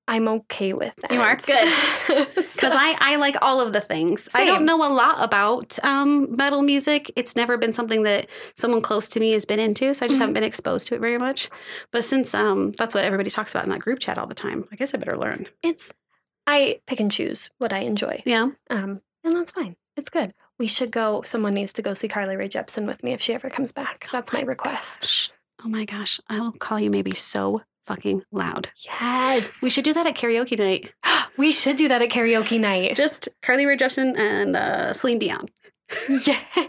I'm okay with that.
You are?
good.
because I, I like all of the things. I
Same.
don't know a lot about um, metal music. It's never been something that someone close to me has been into, so I just
Mhm.
haven't been exposed to it very much. But since um, that's what everybody talks about in that group chat all the time, I guess I better learn.
it's I pick and choose what I enjoy.
Yeah,
Um, and that's fine. It's good. We should go. Someone needs to go see Carly Rae Jepsen with me if she ever comes
Oh
back. That's my request.
Gosh. Oh my gosh, I will call you maybe so fucking loud.
Yes,
We should do that at karaoke night.
we should do that at karaoke night.
Just Carly Rae Jepsen and uh, Celine Dion.
yes.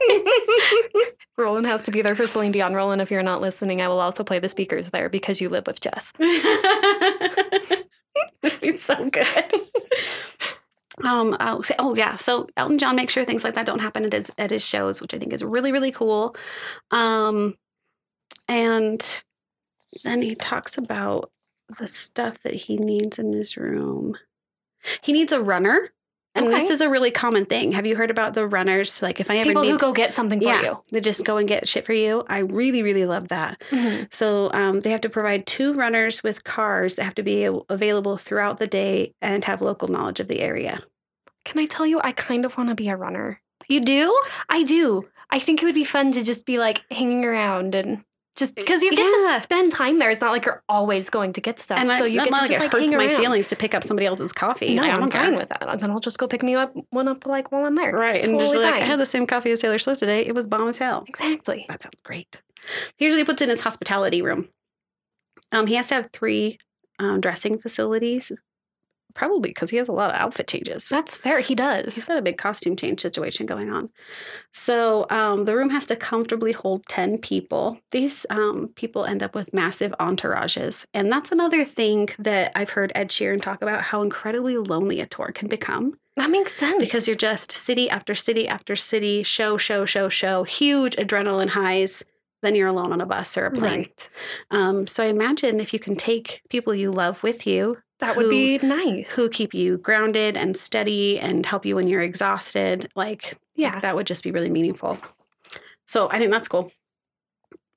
Roland has to be there for Celine Dion. Roland, if you're not listening, I will also play the speakers there because you live with Jess.
He's so good. Um. Oh, so- oh, yeah. So Elton John makes sure things like that don't happen at his at his shows, which I think is really really cool. Um, and then he talks about the stuff that he needs in his room. He needs a runner, and this
Okay.
is a really common thing. Have you heard about the runners? Like, if I ever
People
need,
who go get something for
Yeah.
you.
they just go and get shit for you. I really really love that. So um, they have to provide two runners with cars that have to be a- available throughout the day and have local knowledge of the area.
Can I tell you? I kind of want to be a runner.
You do?
I do. I think it would be fun to just be like hanging around and just because you get
Eh, Yeah.
to spend time there. It's not like you're always going to get stuff.
and
so
so
you
not
get
like
to just
it
like
hurts
hang
my
around.
feelings to pick up somebody else's coffee.
No,
Like, I
I'm
don't
fine
care.
with that. Then I'll just go pick me up one up like while I'm there.
Right. and just be
Totally
like, I
fine.
had the same coffee as Taylor Swift today. It was bomb as hell.
Exactly.
That sounds great. He usually puts in his hospitality room. Um, he has to have three um, dressing facilities, probably because he has a lot of outfit changes.
That's fair. He
He's
does.
got a big costume change situation going on. So um, the room has to comfortably hold 10 people. These um, people end up with massive entourages. And that's another thing that I've heard Ed Sheeran talk about how incredibly lonely a tour can become
That makes sense.
because you're just city after city after city, show, show, show, show, huge adrenaline highs. Then you're alone on a bus or a plane.
right.
Um, so I imagine if you can take people you love with you,
That would
who-
be nice.
who keep you grounded and steady and help you when you're exhausted. Like,
Yeah.
that would just be really meaningful. So I think that's cool.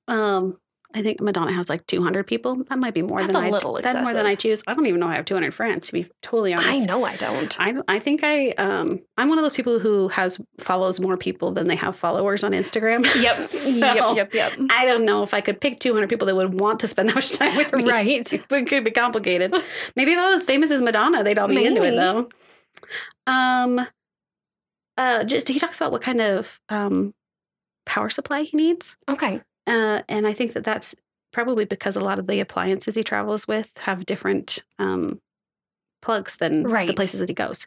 Um, I think Madonna has like 200 people. That might be more
That's
than
a
I-
little
that more than
excessive.
I choose. I don't even know I have 200 friends to be totally honest.
I know I don't.
I, don't- I think I um I'm one of those people who has follows more people than they have followers on Instagram.
Yep.
So-
Yep. Yep. Yep.
I don't know if I could pick 200 people that would want to spend that much time with me
Right.
it could be complicated. Maybe if I was famous as Madonna, they'd all be into it
Maybe.
though. Um, uh, just he talks about what kind of um power supply he needs,
Okay.
uh, and I think that that's probably because a lot of the appliances he travels with have different um plugs than the
Right.
places that he goes.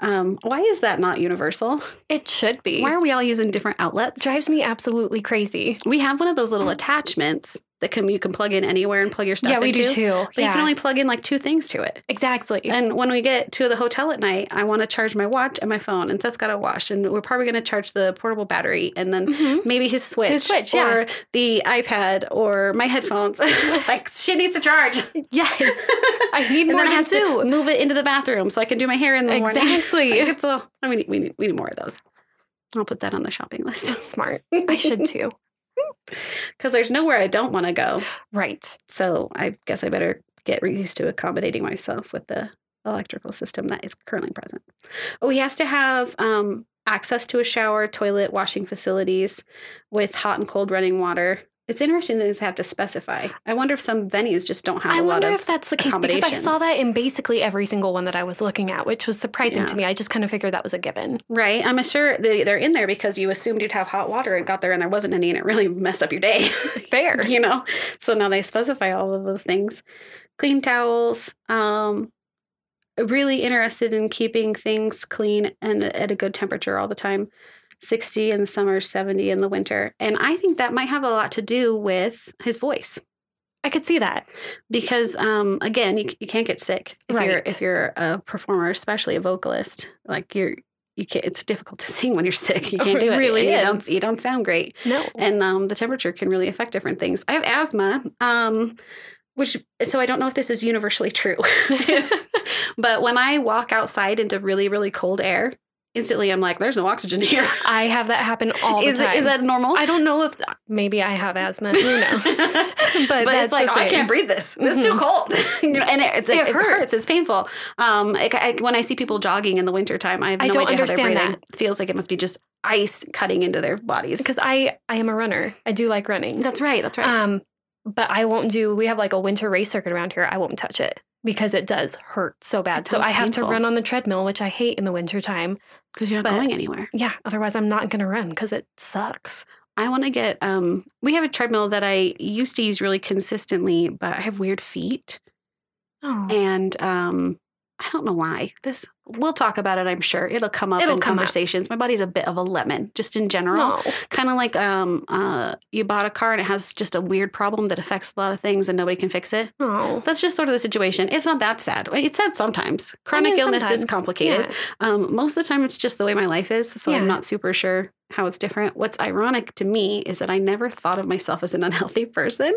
Um, why is that not universal?
It should be.
Why are we all using different outlets?
Drives me absolutely crazy.
We have one of those little attachments that can you can plug in anywhere and plug your stuff.
Yeah, we do
into,
too.
But you
yeah.
can only plug in like two things to it.
exactly.
And when we get to the hotel at night, I want to charge my watch and my phone, and Seth's got a watch, and we're probably going to charge the portable battery, and then
Mhm.
maybe his switch,
His Switch, yeah.
or the iPad, or my headphones. like shit needs to charge.
Yes. I need
And
more
then I
than
have to
two.
move it into the bathroom so I can do my hair in the morning.
Exactly.
Like, it's all, I mean, we need, we need more of those. I'll put that on the shopping list
That's smart. I should too.
because there's nowhere I don't want to go.
Right.
So I guess I better get used to accommodating myself with the electrical system that is currently present. Oh, he has to have um, access to a shower, toilet, washing facilities with hot and cold running water. It's interesting that they have to specify. I wonder if some venues just don't have
I
a lot
wonder
of.
if that's the case because I saw
accommodations.
that in basically every single one that I was looking at, which was surprising to
Yeah.
me. I just kind of figured that was a given.
Right. I'm sure they, they're in there because you assumed you'd have hot water and got there and there wasn't any and it really messed up your day.
Fair.
you know? So now they specify all of those things. Clean towels. Um, really interested in keeping things clean and at a good temperature all the time 60 in the summer, 70 in the winter. And I think that might have a lot to do with his voice
I could see that.
because um, again you, you can't get sick if you're
Right.
if you're a performer especially a vocalist like you're you can't it's difficult to sing when you're sick you
Oh,
can't
it
do it
really
and you
is.
don't you don't sound great
No.
and um, the temperature can really affect different things i have asthma um, which so i don't know if this is universally true but when i walk outside into really really cold air instantly i'm like there's no oxygen here
I have that happen all
is,
the time.
is that normal
I don't know if maybe I have asthma. Who knows? but,
but,
that's
it's like
the
oh, I
thing.
can't breathe this. This is too
Mhm.
cold. you know, and it, it's,
It
it, hurts.
hurts.
It's painful. Um, I, I- when I see people jogging in the wintertime, I have
I
no
don't
idea how
understand
they're breathing. Feels like it must be just ice cutting into their bodies. Uh,
because I I am a runner. I do like running.
That's right. That's right.
Um, but I won't do. We have like a winter race circuit around here. I won't touch it because it does hurt so bad.
It
So
sounds
I have to
painful.
run on the treadmill, which I hate in the winter time.
Because you're not
but-
going anywhere.
Yeah, otherwise I'm not gonna run because it sucks.
I want to get. Um, we have a treadmill that I used to use really consistently, but I have weird feet,
Oh,
and um, I don't know why. This we'll talk about it. I'm sure it'll come up
It'll
in
come up.
conversations. My body's a bit of a lemon, just in general.
no.
kind of like um uh you bought a car and it has just a weird problem that affects a lot of things and nobody can fix it
Oh.
that's just sort of the situation it's not that sad it's sad sometimes chronic
I mean,
illness
sometimes.
is complicated
Yeah.
um most of the time it's just the way my life is so
Yeah.
i'm not super sure how it's different what's ironic to me is that i never thought of myself as an unhealthy person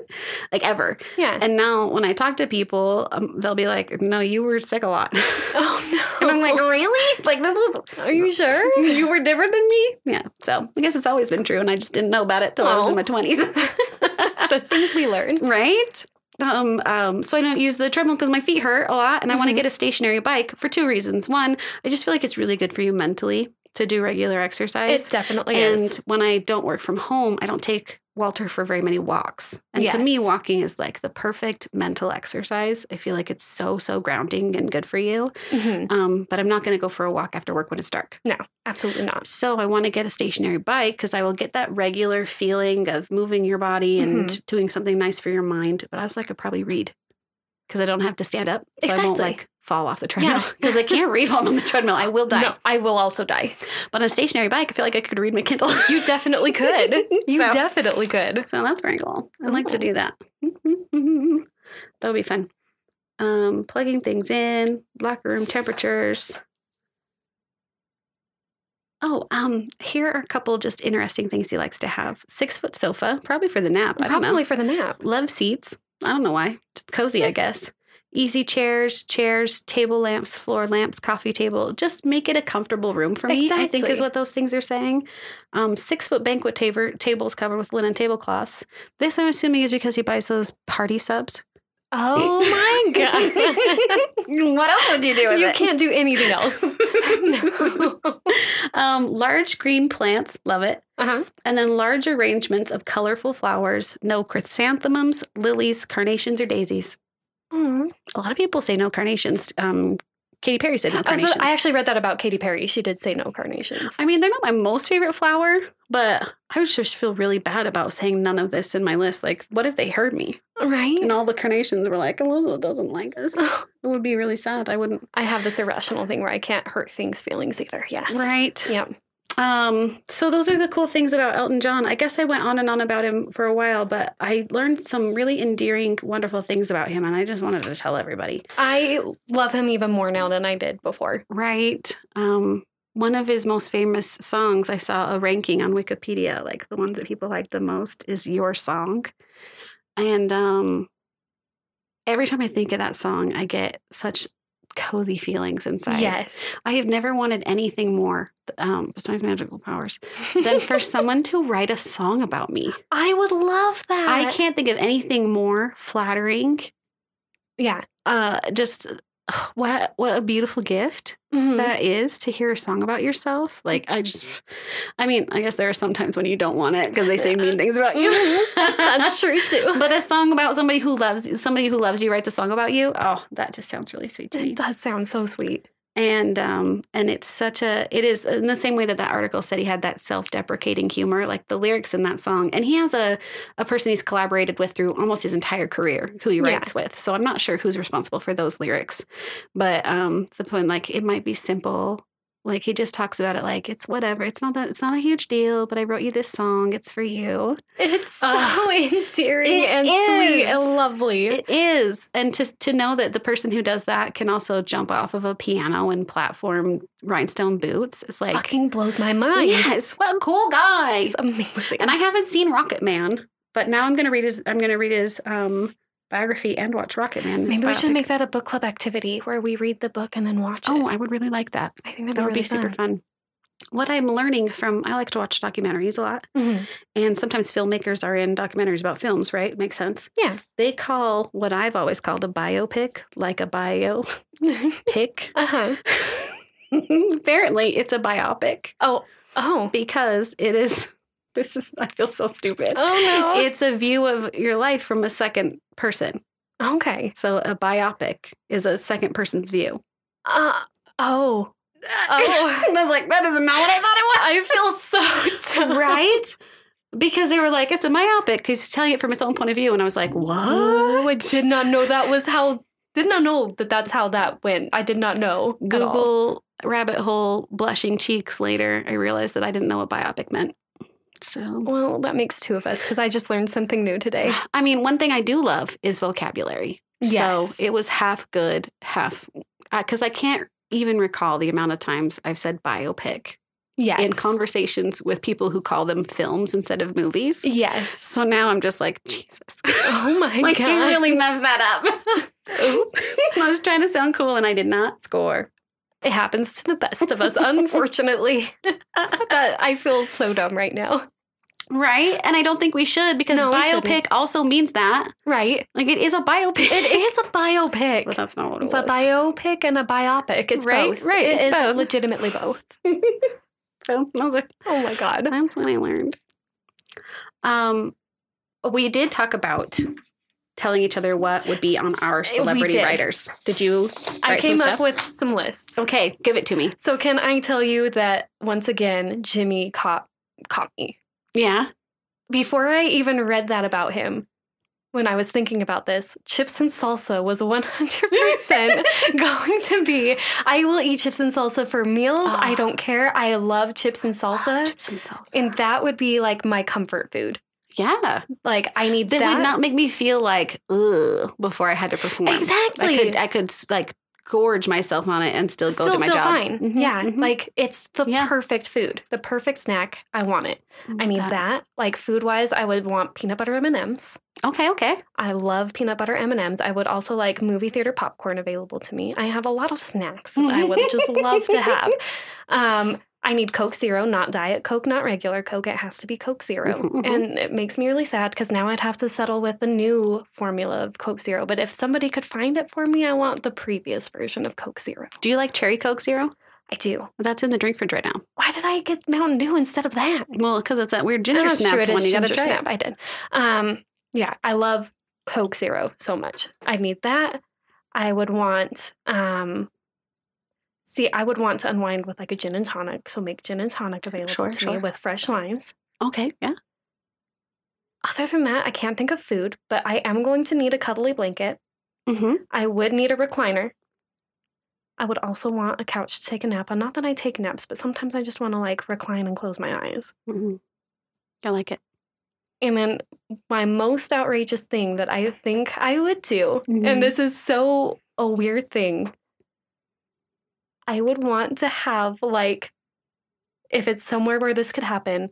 like ever
Yeah.
and now when i talk to people um, they'll be like no you were sick a lot
oh no.
and i'm like really like this was
are you sure?
you were different than me. Yeah. So I guess it's always been true, and I just didn't know about it till I was
Oh.
in my
the
twenties.
things we learn.
right. Um, um, so I don't use the treadmill because my feet hurt a lot, and I want to
Mhm.
get a stationary bike for two reasons. One, I just feel like it's really good for you mentally to do regular
It
exercise.
definitely
and
is.
when I don't work from home, I don't take Walter for very many walks. And to me,
Yes.
walking is like the perfect mental exercise. I feel like it's so so grounding and good for you.
Mhm.
Um, but I'm not going to go for a walk after work when it's dark.
Absolutely not.
So I want to get a stationary bike because I will get that regular feeling of moving your body and
Mm-hmm.
doing something nice for your mind. But I also I could probably read because I don't have to stand up, so I won't
Exactly.
like fall off the treadmill
Yeah.
because I can't read while I'm on the treadmill. I will die.
No, I will also die.
But on a stationary bike, I feel like I could read my Kindle.
You definitely could. You
So-
definitely could.
so that's very cool. I'd like to
Ooh.
do that. that would be fun. Um, plugging things in, locker room temperatures. Oh, um, here are a couple just interesting things he likes to have. Six foot sofa, probably for the nap. I don't
Probably
know.
for the nap.
Love seats. I don't know why. Just cozy, I guess. Easy chairs, chairs, table lamps, floor lamps, coffee table. Just make it a comfortable room for me. I think
Exactly.
is what those things are saying. Um, six foot banquet taver- tables covered with linen tablecloths. This I'm assuming is because he buys those party subs.
Oh my god.
what else would you do with
you
it?
can't do anything else. No.
um, large green plants, love it.
Uh-huh.
And then large arrangements of colorful flowers. No chrysanthemums, lilies, carnations, or daisies.
Mm.
A lot of people say no carnations. Um, Katy Perry said no
I, was
carnations.
about- I actually read that about Katy Perry. She did say no carnations.
I mean, they're not my most favorite flower, but I just feel really bad about saying none of this in my list. Like, what if they heard me
Right?
and all the carnations were like, Elizabeth doesn't like us? It would be really sad. I wouldn't.
I have this irrational thing where I can't hurt things' feelings either. Yes.
Right.
Yeah.
Um, so those are the cool things about Elton John. I guess I went on and on about him for a while, but I learned some really endearing, wonderful things about him, and I just wanted to tell everybody.
I love him even more now than I did before.
Right. Um, one of his most famous songs, I saw a ranking on Wikipedia, like the ones that people like the most is Your Song. And um, every time I think of that song, I get such cozy feelings inside.
Yes.
I have never wanted anything more, um, besides magical powers, than for someone to write a song about me.
I would love that.
I can't think of anything more flattering
Yeah.
uh, just what what a beautiful gift
Mhm.
that is to hear a song about yourself. Like I just, I mean, I guess there are some times when you don't want it because they say mean things about you.
Mm-hmm. That's true too.
But a song about somebody who loves somebody who loves you writes a song about you. Oh, that just sounds really sweet to me.
It does sound so sweet.
And um, and it's such a it is in the same way that that article said he had that self deprecating humor, like the lyrics in that song. And he has a a person he's collaborated with through almost his entire career who he
Yeah.
writes with. So I'm not sure who's responsible for those lyrics, but um, the point like it might be simple. Like he just talks about it like it's whatever. It's not that it's not a huge deal, but I wrote you this song. It's for you.
It's so
Ugh.
endearing
It
and sweet
is.
and lovely.
It is. And to to know that the person who does that can also jump off of a piano and platform rhinestone boots is like
fucking blows my mind.
Yes, what a cool guy.
It's amazing.
And I haven't seen Rocket Man, but now I'm gonna read his I'm gonna read his um biography and watch Rocket Man. his
Maybe we should
biopic.
make that a book club activity where we read the book and then watch
Oh,
it.
I would really like that.
I think that'd
That would
really
be super fun. What I'm learning from I like to watch documentaries a lot.
Mhm.
And sometimes filmmakers are in documentaries about films, right? Makes sense.
Yeah.
They call what I've always called a biopic, like a biopic.
Mm-hmm. uh-huh.
Apparently, it's a biopic
Oh, oh,
because it is. This is. I feel so stupid.
oh no.
It's a view of your life from a second person.
okay.
So a biopic is a second person's view.
Uh, oh, Oh.
and I was like, that is not what I thought
I feel so
it
dumb.
was. right? Because they were like, it's a myopic because he's telling it from his own point of view, and I was like,
Oh, I
what?
did not know that was how. Did not know that that's how that went. I did not know. at all.
Google rabbit hole, blushing cheeks. Later, I realized that I didn't know what biopic meant. So
Well, that makes two of us because I just learned something new today.
Eh, I mean, one thing I do love is vocabulary.
Yes.
So it was half good, half because I can't even recall the amount of times I've said biopic
Yes.
in conversations with people who call them films instead of movies.
Yes.
So now I'm just like, Jesus.
oh my
like,
god.
you really messed that up. Oops. I was trying to sound cool and I did not score.
It happens to the best of us, unfortunately. that I feel so dumb right now.
Right? And I don't think we should because
No, we
biopic
shouldn't.
also means that.
Right?
Like, it is a biopic.
It is a biopic.
But that's not what it
It's
was.
a biopic and a biopic. It's
Right,
both.
right,
It
it's
is
both.
legitimately both.
so that was a
Oh my god.
That's when I learned. Um, we did talk about telling each other what would be on our celebrity
Eh, did.
writers. Did you?
I
write
came
some
up
stuff?
with some lists.
Okay, give it to me.
So can I tell you that once again Jimmy caught caught me.
Yeah.
Before I even read that about him, when I was thinking about this, chips and salsa was 100% going to be. I will eat chips and salsa for meals. I
Ah.
don't care. I love chips and salsa.
Chips and salsa.
And that would be like my comfort food.
yeah,
Like I need
that,
that.
would not make me feel like ugh before I had to perform. I
exactly.
could, I could like gorge myself on it and still go
Still
to my
feel
job.
fine.
Mhm,
yeah.
mhm.
Like it's the
Yeah.
perfect food, the perfect snack. I want it. I need that. Like food wise, I would want peanut butter M&Ms.
Okay, okay.
I love peanut butter M&Ms. I would also like movie theater popcorn available to me. I have a lot of snacks that I would just love to have. Um, I need Coke Zero, not Diet Coke, not regular Coke. It has to be Coke 0
Mhm, mhm.
And it makes me really sad because now I'd have to settle with the new formula of Coke Zero. But if somebody could find it for me, I want the previous version of Coke Zero.
Do you like cherry Coke Zero?
I do.
That's in the drink fridge right now.
Why did I get Mountain Dew instead of that?
Well, because it's that weird ginger
That's
snap
true. It
one.
is
You gotta
ginger
try it.
snap. I did. Um, yeah, I love Coke Zero so much. I need that. I would want. Um, see, I would want to unwind with like a gin and tonic. So make gin and tonic available
Sure,
to me
sure.
with fresh limes.
Okay, yeah.
Other than that, I can't think of food, but I am going to need a cuddly blanket.
Mm-hmm.
I would need a recliner. I would also want a couch to take a nap on. Not that I take naps, but sometimes I just want to like recline and close my eyes.
Mhm. I like it.
And then my most outrageous thing that I think I would do,
Mhm.
and this is so a weird thing, I would want to have, like, if it's somewhere where this could happen,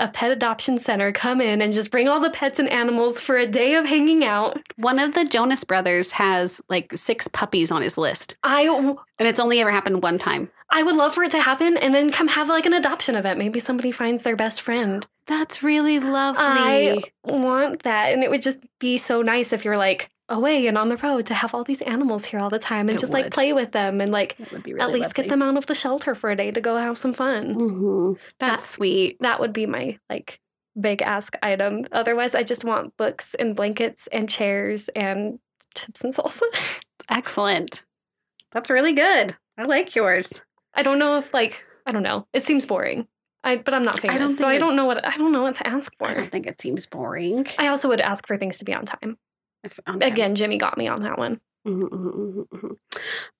a pet adoption center come in and just bring all the pets and animals for a day of hanging out.
One of the Jonas brothers has like six puppies on his list,
I
and it's only ever happened one time.
I would love for it to happen and then come have like an adoption event. Maybe somebody finds their best friend.
That's really lovely.
I want that. And it would just be so nice if you're like, away and on the road to have all these animals here all the time and
It
just like
would.
play with them and like
That would be really
at least get them out of the shelter for a day to go have some fun.
hmm That's sweet.
That would be my like big ask item. Otherwise, I just want books and blankets and chairs and chips and salsa.
Excellent. That's really good. I like yours.
I don't know if like I don't know. It seems boring. I but I'm not famous,
don't
so
think
I
it-
don't know what I don't know what to ask
I
for.
don't think it seems boring.
I also would ask for things to be on time.
If- on time.
Again, Jimmy got me on that one.
Mhm, mhm, mhm, mhm.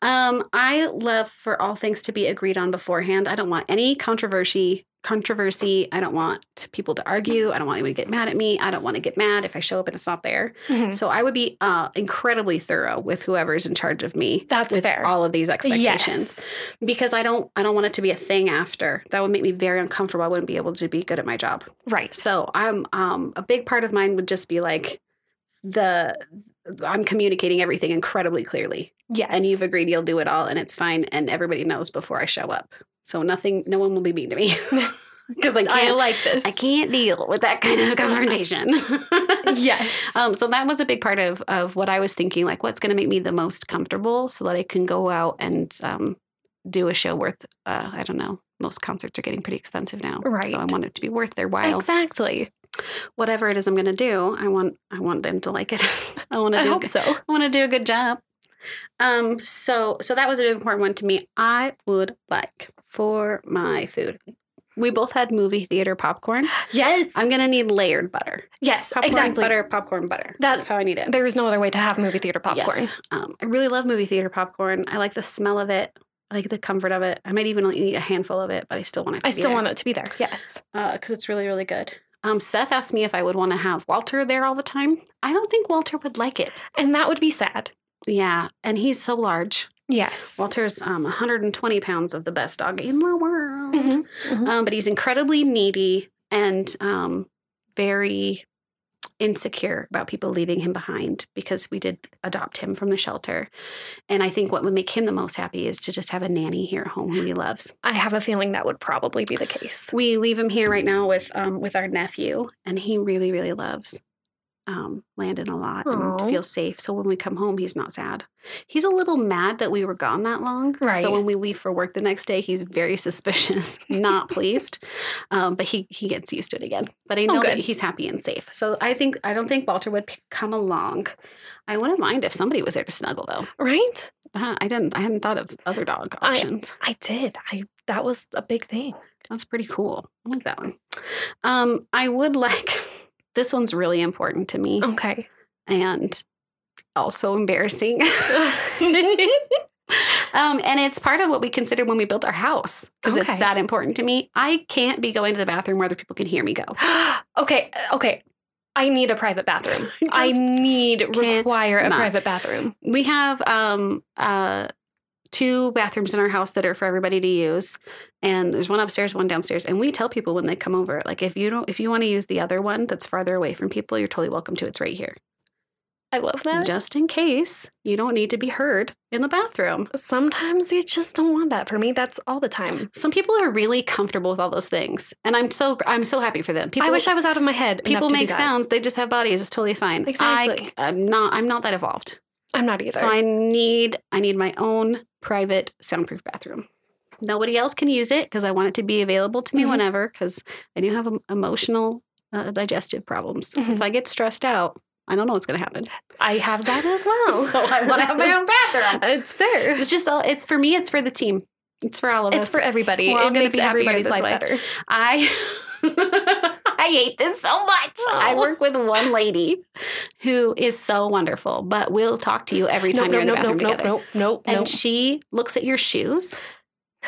Um, I love for all things to be agreed on beforehand. I don't want any controversy. Controversy. I don't want people to argue. I don't want anyone to get mad at me. I don't want to get mad if I show up and it's not there.
Mm-hmm.
So I would be uh, incredibly thorough with whoever's in charge of me.
That's
with
fair.
All of these expectations
Yes.
because I don't. I don't want it to be a thing after. That would make me very uncomfortable. I wouldn't be able to be good at my job.
Right.
So I'm um a big part of mine would just be like the I'm communicating everything incredibly clearly.
Yes.
And you've agreed you'll do it all and it's fine and everybody knows before I show up. So nothing no one will be mean to me. Cuz I
I
can't I,
like this.
can't deal with that kind of confrontation.
Yes.
Um, so that was a big part of of what I was thinking, like what's going to make me the most comfortable, so that I can go out and um, do a show worth. Uh, I don't know. Most concerts are getting pretty expensive now,
Right.
So I want it to be worth their while
Exactly.
whatever it is I'm going to do, I want I want them to like it. I want to
I
do
hope so.
I want to do a good job. Um so so that was an important one to me. I would like for my food. We both had movie theater popcorn.
Yes.
I'm going to need layered butter.
yes.
Popcorn
Exactly.
butter, popcorn butter.
That's-
That's how I need it.
There is no other way to have movie theater popcorn.
Yes. Um, I really love movie theater popcorn. I like the smell of it. I like the comfort of it. I might even only eat a handful of it, but I still want it. To
I still want it to be there. Yes.
because Uh, it's really really good. Um, Seth asked me if I would want to have Walter there all the time. I don't think Walter would like it.
And that would be sad.
Yeah, and he's so large.
Yes.
Walter's um, 120 pounds of the best dog in the world,
Mhm.
um, but he's incredibly needy and um, very insecure about people leaving him behind because we did adopt him from the shelter. And I think what would make him the most happy is to just have a nanny here at home who he loves.
I have a feeling that would probably be the case.
we leave him here right now with um, with our nephew, and he really really loves um, Landon a lot
Aw.
and feels safe. So when we come home, he's not sad. He's a little mad that we were gone that long.
Right.
So when we leave for work the next day, he's very suspicious, not pleased. Um, but he he gets used to it again. But I know that
Oh, good.
he's happy and safe. So I think I don't think Walter would p- come along. I wouldn't mind if somebody was there to snuggle though.
Right?
Uh, I didn't. I hadn't thought of other dog
I-
options.
I did. I that was a big thing.
That's pretty cool. I like that one. Um, I would like this one's really important to me
Okay.
and also embarrassing. um, and it's part of what we considered when we built our house because
Okay.
it's that important to me. I can't be going to the bathroom where other people can hear me go.
okay. Okay. I need a private bathroom. I
Just
need require a
cannot.
private bathroom.
We have um, uh, two bathrooms in our house that are for everybody to use, and there's one upstairs, one downstairs. And we tell people when they come over, like if you don't, if you want to use the other one that's farther away from people, you're totally welcome to. It's right here.
I love that.
just in case you don't need to be heard in the bathroom.
Sometimes you just don't want that. For me, that's all the time.
Some people are really comfortable with all those things, and I'm so I'm so happy for them. People,
I wish I was out of my head. enough
people
to do
make
that.
sounds; they just have bodies. It's totally fine.
Exactly.
I, I'm not. I'm not that evolved.
I'm not either.
So I need I need my own private soundproof bathroom. Nobody else can use it because I want it to be available to me
Mhm.
whenever. Because I do have em- emotional uh, digestive problems.
Mhm.
If I get stressed out, I don't know what's going to happen.
I have that as well.
So I want to have my own bathroom.
It's fair.
It's just all. It's for me. It's for the team. It's for all of
It's
us.
for everybody.
We're all
it
gonna
makes
be happier
everybody's
this
life
way.
better.
I. I hate this so much. I
Oh.
work with one lady who is so wonderful, but will talk to you every time
Nope,
you're in the
nope,
bathroom
nope, nope,
together.
nope, nope,
And
nope.
she looks at your shoes,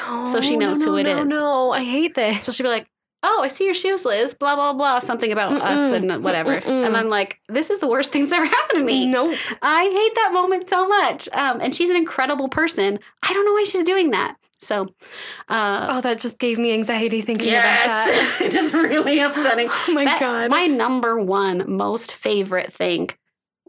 No,
So she knows
no,
who it
no,
is.
No, I hate this.
so she'll be like, "Oh, I see your shoes, Liz." Blah blah blah, something about us
Mm-mm.
and whatever.
Mm-mm.
And I'm like, "This is the worst thing that's ever happened to me."
nope.
I hate that moment so much. Um, and she's an incredible person. I don't know why she's doing that. So, uh,
Oh, that just gave me anxiety thinking
Yes, it is really
about that.
upsetting.
Oh my
That-
god.
My number one most favorite thing,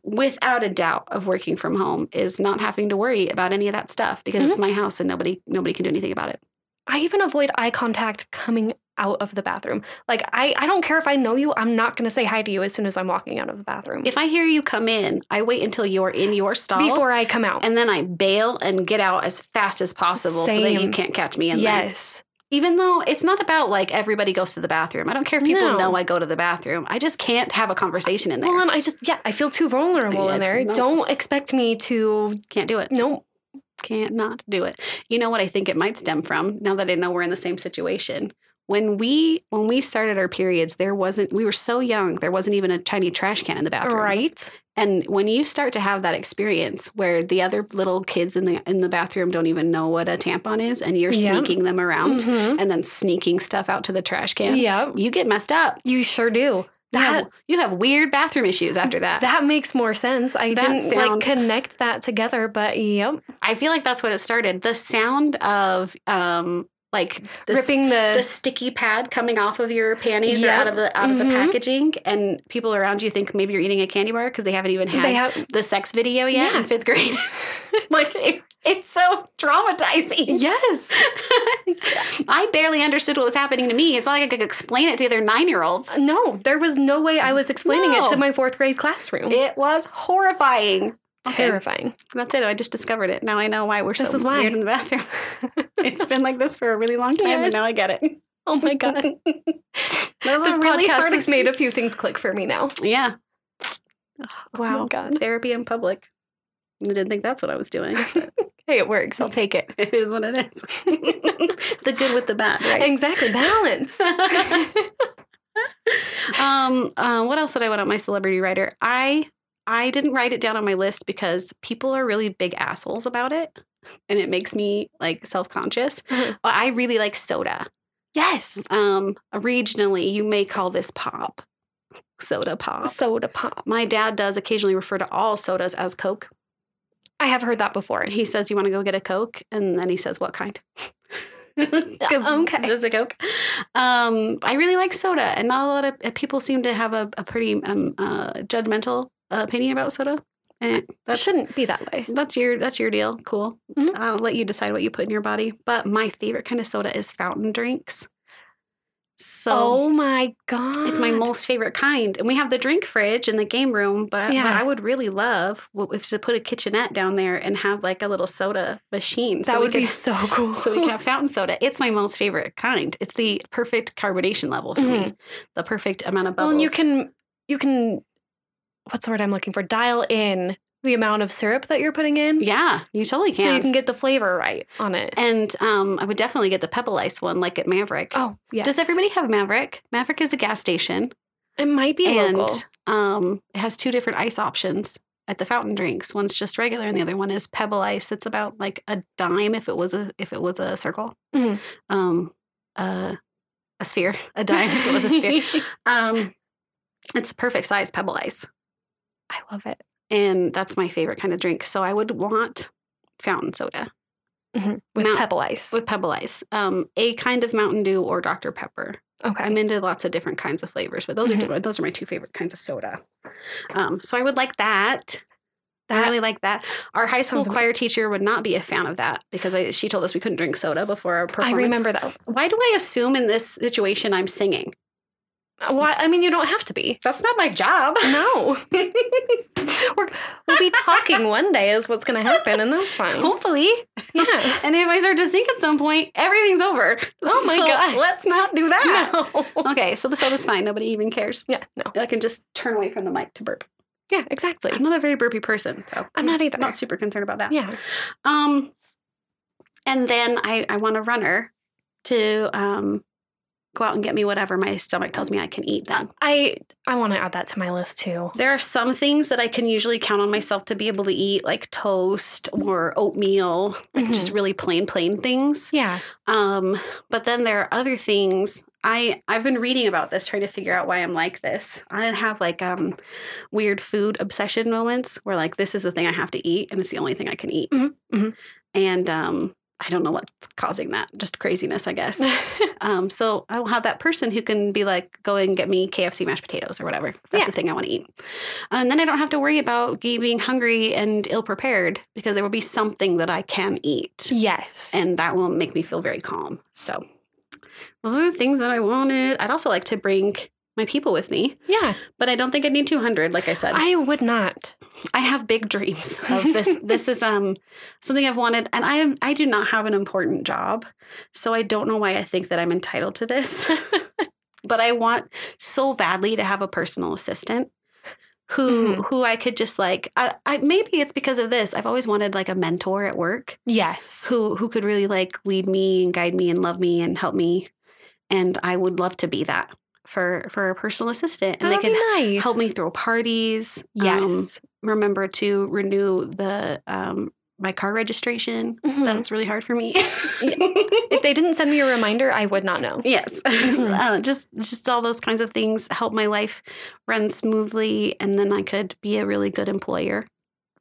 without a doubt, of working from home is not having to worry about any of
Mm-hmm.
that stuff because it's my house and nobody nobody can do anything about it.
I even avoid eye contact coming out of the bathroom. Like I, I don't care if I know you. I'm not gonna say hi to you as soon as I'm walking out of the bathroom.
If I hear you come in, I wait until you're in your stall
before I come out.
and then I bail and get out as fast as possible so that you
Same.
can't catch me in there.
yes.
Even though it's not about like everybody goes to the bathroom. I don't care if people
No.
know I go to the bathroom. I just can't have a conversation in there.
Well, and I just yeah, I feel too vulnerable in
Yeah, it's
there.
not-
Don't expect me to
can't do it.
no.
Can't not do it. You know what I think it might stem from now that I know we're in the same situation. When we when we started our periods, there wasn't we were so young, there wasn't even a tiny trash can in the bathroom.
Right.
And when you start to have that experience where the other little kids in the in the bathroom don't even know what a tampon is and you're
Yeah.
sneaking them around
Mhm.
and then sneaking stuff out to the trash can,
Yeah.
you get messed up.
You sure do. That
you have, you have weird bathroom issues after that.
That makes more sense. I
That
didn't like
sound-
connect that together, but yep.
I feel like that's what it started. The sound of um like the s-
Ripping the,
the sticky pad coming off of your panties
Yep.
or out of the out of the
Mhm.
packaging, and people around you think maybe you're eating a candy bar because they haven't even had
they have
the sex video yet
Yeah.
in fifth grade. like it- it's so traumatizing.
yes.
I barely understood what was happening to me. It's not like I could explain it to other nine year olds.
No, there was no way I was explaining it
No.
to my fourth grade classroom.
It was horrifying. Okay,
Terrifying.
that's it. I just discovered it. Now I know why we're
This
so
is why.
weird in the bathroom. it's been like this for a really long time,
Yes.
and now I get it.
Oh my god. this podcast has made a few things click for me now.
Yeah.
Oh
Wow.
my god.
Therapy in public. I didn't think that's what I was doing. but
Hey, it works. I'll take it.
it is what it is. the good with the bad, right?
Exactly. Balance.
um, uh, what else did I want on my celebrity writer? I I didn't write it down on my list because people are really big assholes about it, and it makes me like self conscious.
Uh-huh.
I really like soda.
yes.
Um, regionally, you may call this pop, soda pop.
Soda pop.
My dad does occasionally refer to all sodas as Coke.
I have heard that before.
He says, "You want to go get a Coke?" And then he says, "What kind?" 'Cause
Okay.
it's just a Coke. Um, I really like soda, and not a lot of uh, people seem to have a, a pretty um, uh, judgmental uh, opinion about soda. Eh,
That
that's
shouldn't be that way.
that's your that's your deal. Cool.
Mhm.
I'll let you decide what you put in your body. But my favorite kind of soda is fountain drinks. So
oh my god.
it's my most favorite kind. And we have the drink fridge in the game room, but
Yeah.
what I would really love w- is to put a kitchenette down there and have like a little soda machine.
That would be so cool.
so we can have fountain soda. It's my most favorite kind. It's the perfect carbonation level for me. The perfect amount of
Mm-hmm.
bubbles.
Well, and you can you can what's the word I'm looking for? Dial in the amount of syrup that you're putting in,
yeah, you totally
so you
can.
can get the flavor right on it.
and um, I would definitely get the Pebble Ice one, like at Maverick.
oh, yes.
Does everybody have Maverick? Maverick is a gas station,
It might be
and
local.
um, it has two different ice options at the fountain drinks. One's just regular, and the other one is Pebble Ice. That's about like a dime if it was a if it was a circle,
Mhm.
um, uh, a sphere, a dime if it was a sphere. Um, it's a perfect size Pebble Ice.
I love it.
and that's my favorite kind of drink. So I would want fountain soda
Mhm. With
Mount-
pebble ice.
with Pebble Ice, um, a kind of Mountain Dew or Dr Pepper.
okay.
I'm into lots of different kinds of flavors, but those
Mhm.
are different, those are my two favorite kinds of soda. Um, so I would like that.
That-
I really like that. Our high school
Sounds
choir
amazing.
teacher would not be a fan of that because I, she told us we couldn't drink soda before our
I
performance.
remember that.
Why do I assume in this situation I'm singing?
Uh, Why I mean you don't have to be.
That's not my job.
No. We're, we'll be talking one day is what's going to happen and that's fine.
Hopefully,
Yeah.
and if I start to sing at some point, everything's over.
Oh my
So
God.
Let's not do that.
No.
Okay, so the soda's fine. Nobody even cares.
Yeah, no.
I can just turn away from the mic to burp.
Yeah, exactly.
I'm not a very burpy person, so
I'm not either.
Not super concerned about that.
Yeah.
Um, and then I I want a runner to um go out and get me whatever my stomach tells me I can eat. Then
I I want to add that to my list too.
there are some things that I can usually count on myself to be able to eat, like toast or oatmeal, like
Mhm.
just really plain plain things.
Yeah.
Um, but then there are other things. I I've been reading about this, trying to figure out why I'm like this. I have like um weird food obsession moments where like this is the thing I have to eat, and it's the only thing I can eat.
Mhm, mhm.
And um, I don't know what's causing that. Just craziness, I guess. um, so I will have that person who can be like, go and get me KFC mashed potatoes or whatever. That's the thing I want to eat. And then I don't have to worry about ge- being hungry and ill prepared because there will be something that I can eat
yes.
and that will make me feel very calm. So Those are the things that I wanted. I'd also like to bring my people with me,
Yeah.
but I don't think I'd need 200, like I said.
I would not.
I have big dreams of this. this is um something I've wanted, and I am I do not have an important job, so I don't know why I think that I'm entitled to this. but I want so badly to have a personal assistant who who I could just like. I, I maybe it's because of this. I've always wanted like a mentor at work
Yes.
who who could really like lead me and guide me and love me and help me, and I would love to be that for for a personal assistant, and
That'd
they could.
be nice.
Help me um, throw parties. um,
Yes.
remember to renew the um my car registration.
Mhm.
That's really hard for me.
if they didn't send me a reminder, I would not know.
yes,
Mm-hmm.
uh, just just all those kinds of things help my life run smoothly, and then I could be a really good employer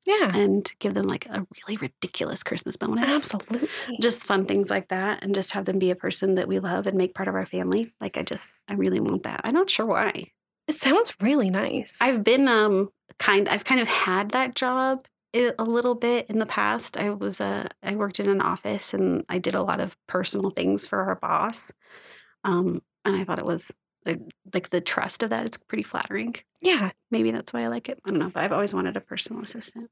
Yeah.
and give them like a really ridiculous Christmas bonus.
Absolutely.
Just fun things like that, and just have them be a person that we love and make part of our family. Like I just, I really want that. I'm not sure why.
It sounds really nice.
I've been um kind I've kind of had that job i- a little bit in the past. I was a I worked in an office and I did a lot of personal things for our boss. Um and I thought it was uh, like the trust of that it's pretty flattering.
yeah.
Maybe that's why I like it. I don't know, but I've always wanted a personal assistant.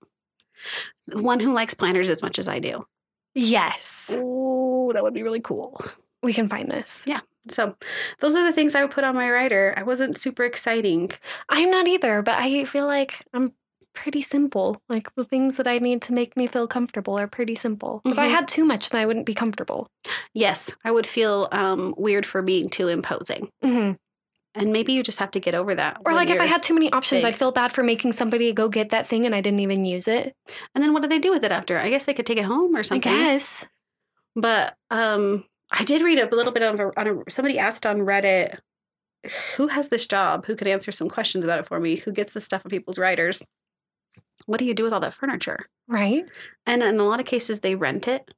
One who likes planners as much as I do.
Yes.
Oh, that would be really cool.
We can find this.
So, those are the things I would put on my writer. I wasn't super exciting.
I'm not either, but I feel like I'm pretty simple. Like the things that I need to make me feel comfortable are pretty simple. If I
Mhm.
had too much, then I wouldn't be comfortable.
Yes, I would feel um, weird for being too imposing.
Mm-hmm.
And maybe you just have to get over that.
Or
when
like if I
you're-
had too many options,
big.
I'd feel bad for making somebody go get that thing and I didn't even use it.
and then what do they do with it after? I guess they could take it home or something.
I guess.
But um, I did read a little bit on a, on a somebody asked on Reddit, who has this job? Who could answer some questions about it for me? Who gets the stuff on people's writers? What do you do with all that furniture?
Right?
And in a lot of cases, they rent it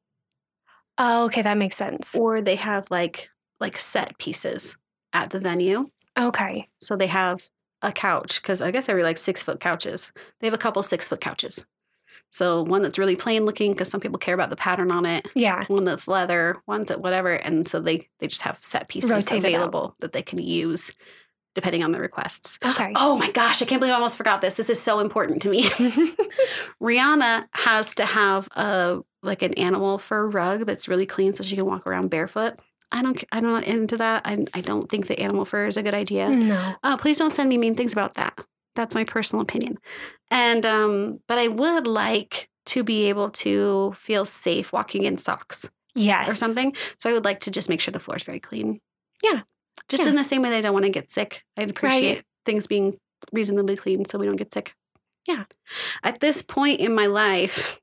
Oh, okay, that makes sense.
or they have like like set pieces at the venue.
Okay.
So they have a couch because I guess I really like six foot couches. They have a couple six foot couches. So one that's really plain looking because some people care about the pattern on it.
Yeah.
One that's leather, one's that whatever, and so they they just have set pieces
Rotate it out.
available that they can use depending on the requests.
Okay.
Oh my gosh, I can't believe I almost forgot this. This is so important to me. Rihanna has to have a like an animal fur rug that's really clean so she can walk around barefoot. I don't I'm not into that. I, I don't think the animal fur is a good idea
No.
oh please don't send me mean things about that that's my personal opinion and um but i would like to be able to feel safe walking in socks
Yes.
or something so i would like to just make sure the floor is very clean
Yeah.
just
Yeah.
in the same way that i don't want to get sick i'd appreciate things being reasonably clean so we don't get sick
Yeah.
at this point in my life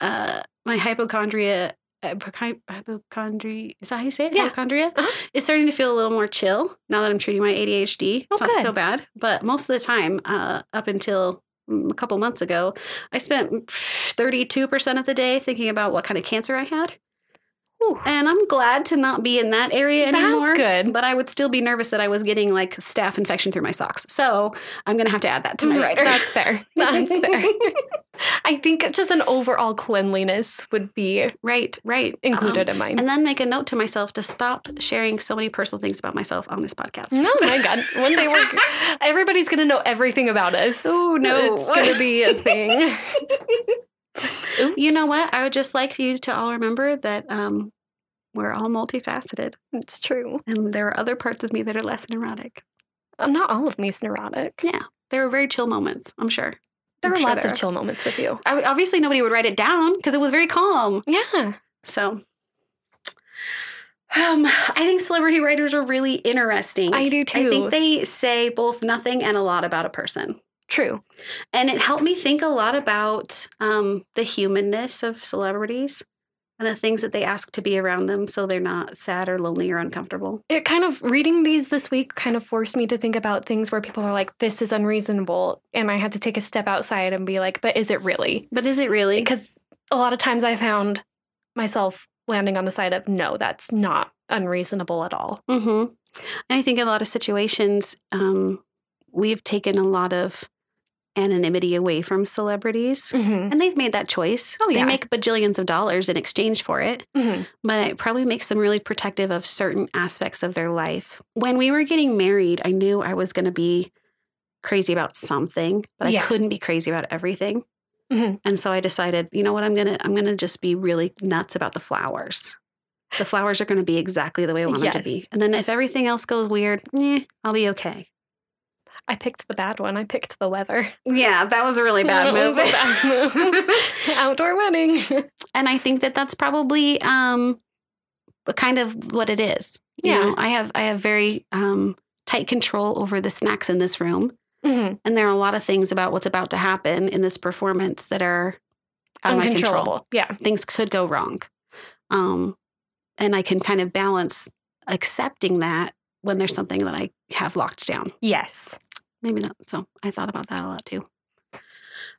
uh my hypochondria hypochondria is that how you say it
Yeah.
hypochondria
Uh-huh.
it's starting to feel a little more chill now that I'm treating my ADHD.
Oh,
it's not so
good.
bad, but most of the time, uh, up until mm, a couple months ago, I spent 32% of the day thinking about what kind of cancer I had.
Ooh.
And I'm glad to not be in that area
That's
anymore.
good.
But I would still be nervous that I was getting like staph infection through my socks. So I'm going to have to add that to my
Mm,
writer.
That's fair. That's fair. I think just an overall cleanliness would be
right, right.
included
Um,
in mine.
and then make a note to myself to stop sharing so many personal things about myself on this podcast.
Oh my god! One day we're everybody's gonna know everything about us.
Oh, no.
it's gonna be a thing.
You know what? I would just like you to all remember that um, we're all multifaceted,
It's true.
and there are other parts of me that are less neurotic.
Um, not all of me is neurotic.
Yeah. There are very chill moments, I'm sure.
there
I'm
were
sure
lots
there
of chill moments with you.
I, obviously, nobody would write it down because it was very calm.
Yeah.
So, um, I think celebrity writers are really interesting.
I do
I
too.
think they say both nothing and a lot about a person.
True.
and it helped me think a lot about um, the humanness of celebrities and the things that they ask to be around them so they're not sad or lonely or uncomfortable
It kind of reading these this week kind of forced me to think about things where people are like, "This is unreasonable," and I had to take a step outside and be like, "But is it really?"
but is it really
Because a lot of times I found myself landing on the side of, "No, that's not unreasonable at all."
hmm and i think in a lot of situations um, we've taken a lot of anonymity away from celebrities.
Mm-hmm.
And they've made that choice.
Oh, yeah.
They make bajillions of dollars in exchange for it,
Mm-hmm.
but it probably makes them really protective of certain aspects of their life. When we were getting married, I knew I was going to be crazy about something, but
Yeah.
I couldn't be crazy about everything.
Mhm.
And so I decided, you know what, I'm going to I'm going to just be really nuts about the flowers. The flowers are going to be exactly the way I want them to be.
Yes.
And then if everything else goes weird, eh, I'll be okay.
I picked the bad one. I picked the weather.
Yeah, that was a really bad
That
move.
was a bad Outdoor wedding.
and I think that that's probably um, kind of what it is. You
Yeah.
know, I have I have very um, tight control over the snacks in this room,
Mhm.
and there are a lot Mm-hmm. of things about what's about to happen in this performance that are out of my control.
Uncontrollable. Yeah.
Things could go wrong, um, and I can kind of balance accepting that when there's something that I have locked down
Yes.
maybe not. So I thought about that a lot too.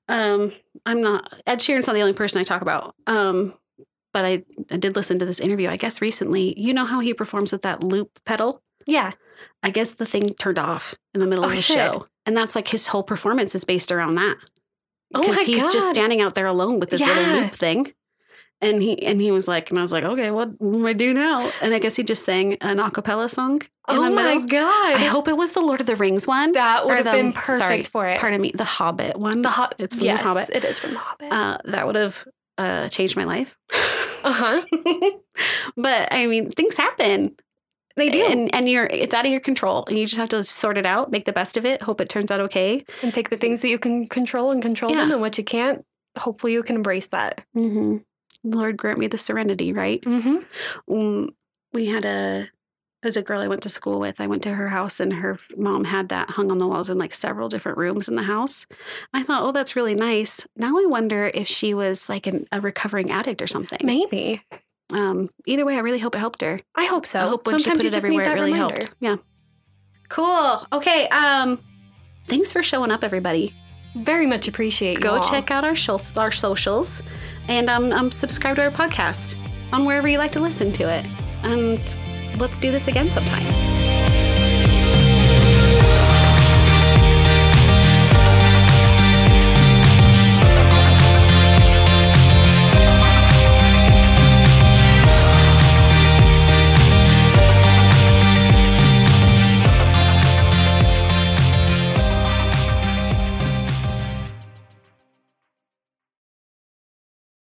Um, I'm not Ed Sheeran's not the only person I talk about. Um, but I, I did listen to this interview, I guess recently. You know how he performs with that loop pedal?
Yeah.
I guess the thing turned off in the middle
Oh,
of the
shit.
show. And that's like his whole performance is based around that.
Oh
Because
my
he's just
God.
standing out there alone with this little
Yeah.
loop thing. And he and he was like, and I was like, okay, what do I do now? And I guess he just sang an a cappella song. In
Oh
the
my
middle.
god.
I hope it was the Lord of the Rings one.
that would
or
have
the-
been perfect
sorry,
for it.
pardon me, the Hobbit one.
The Hobbit.
It's from The
yes,
Hobbit.
It is from the Hobbit.
uh, that would have uh, changed my life.
Uh huh.
but I mean, things happen,
They do. And,
and and you're it's out of your control, and you just have to sort it out, make the best of it, hope it turns out okay.
take the things that you can control and control them,
Yeah.
and what you can't. Hopefully, you can embrace that.
Mm-hmm. Lord grant me the serenity, right?
Mm-hmm.
Mm, we had a there's a girl I went to school with. I went to her house, and her f- mom had that hung on the walls in like several different rooms in the house. I thought, oh, that's really nice. Now I wonder if she was like an, a recovering addict or something.
Maybe.
Um, either way, I really hope it helped her.
I hope so.
I hope when
Sometimes
she
you
put it
just need
everywhere,
that
it really
reminder.
helped. Yeah. Cool. Okay. Um, thanks for showing up, everybody.
Very much appreciate.
Go
you all.
check out our shul- our socials, and um, um, subscribe to our podcast on wherever you like to listen to it. And let's do this again sometime.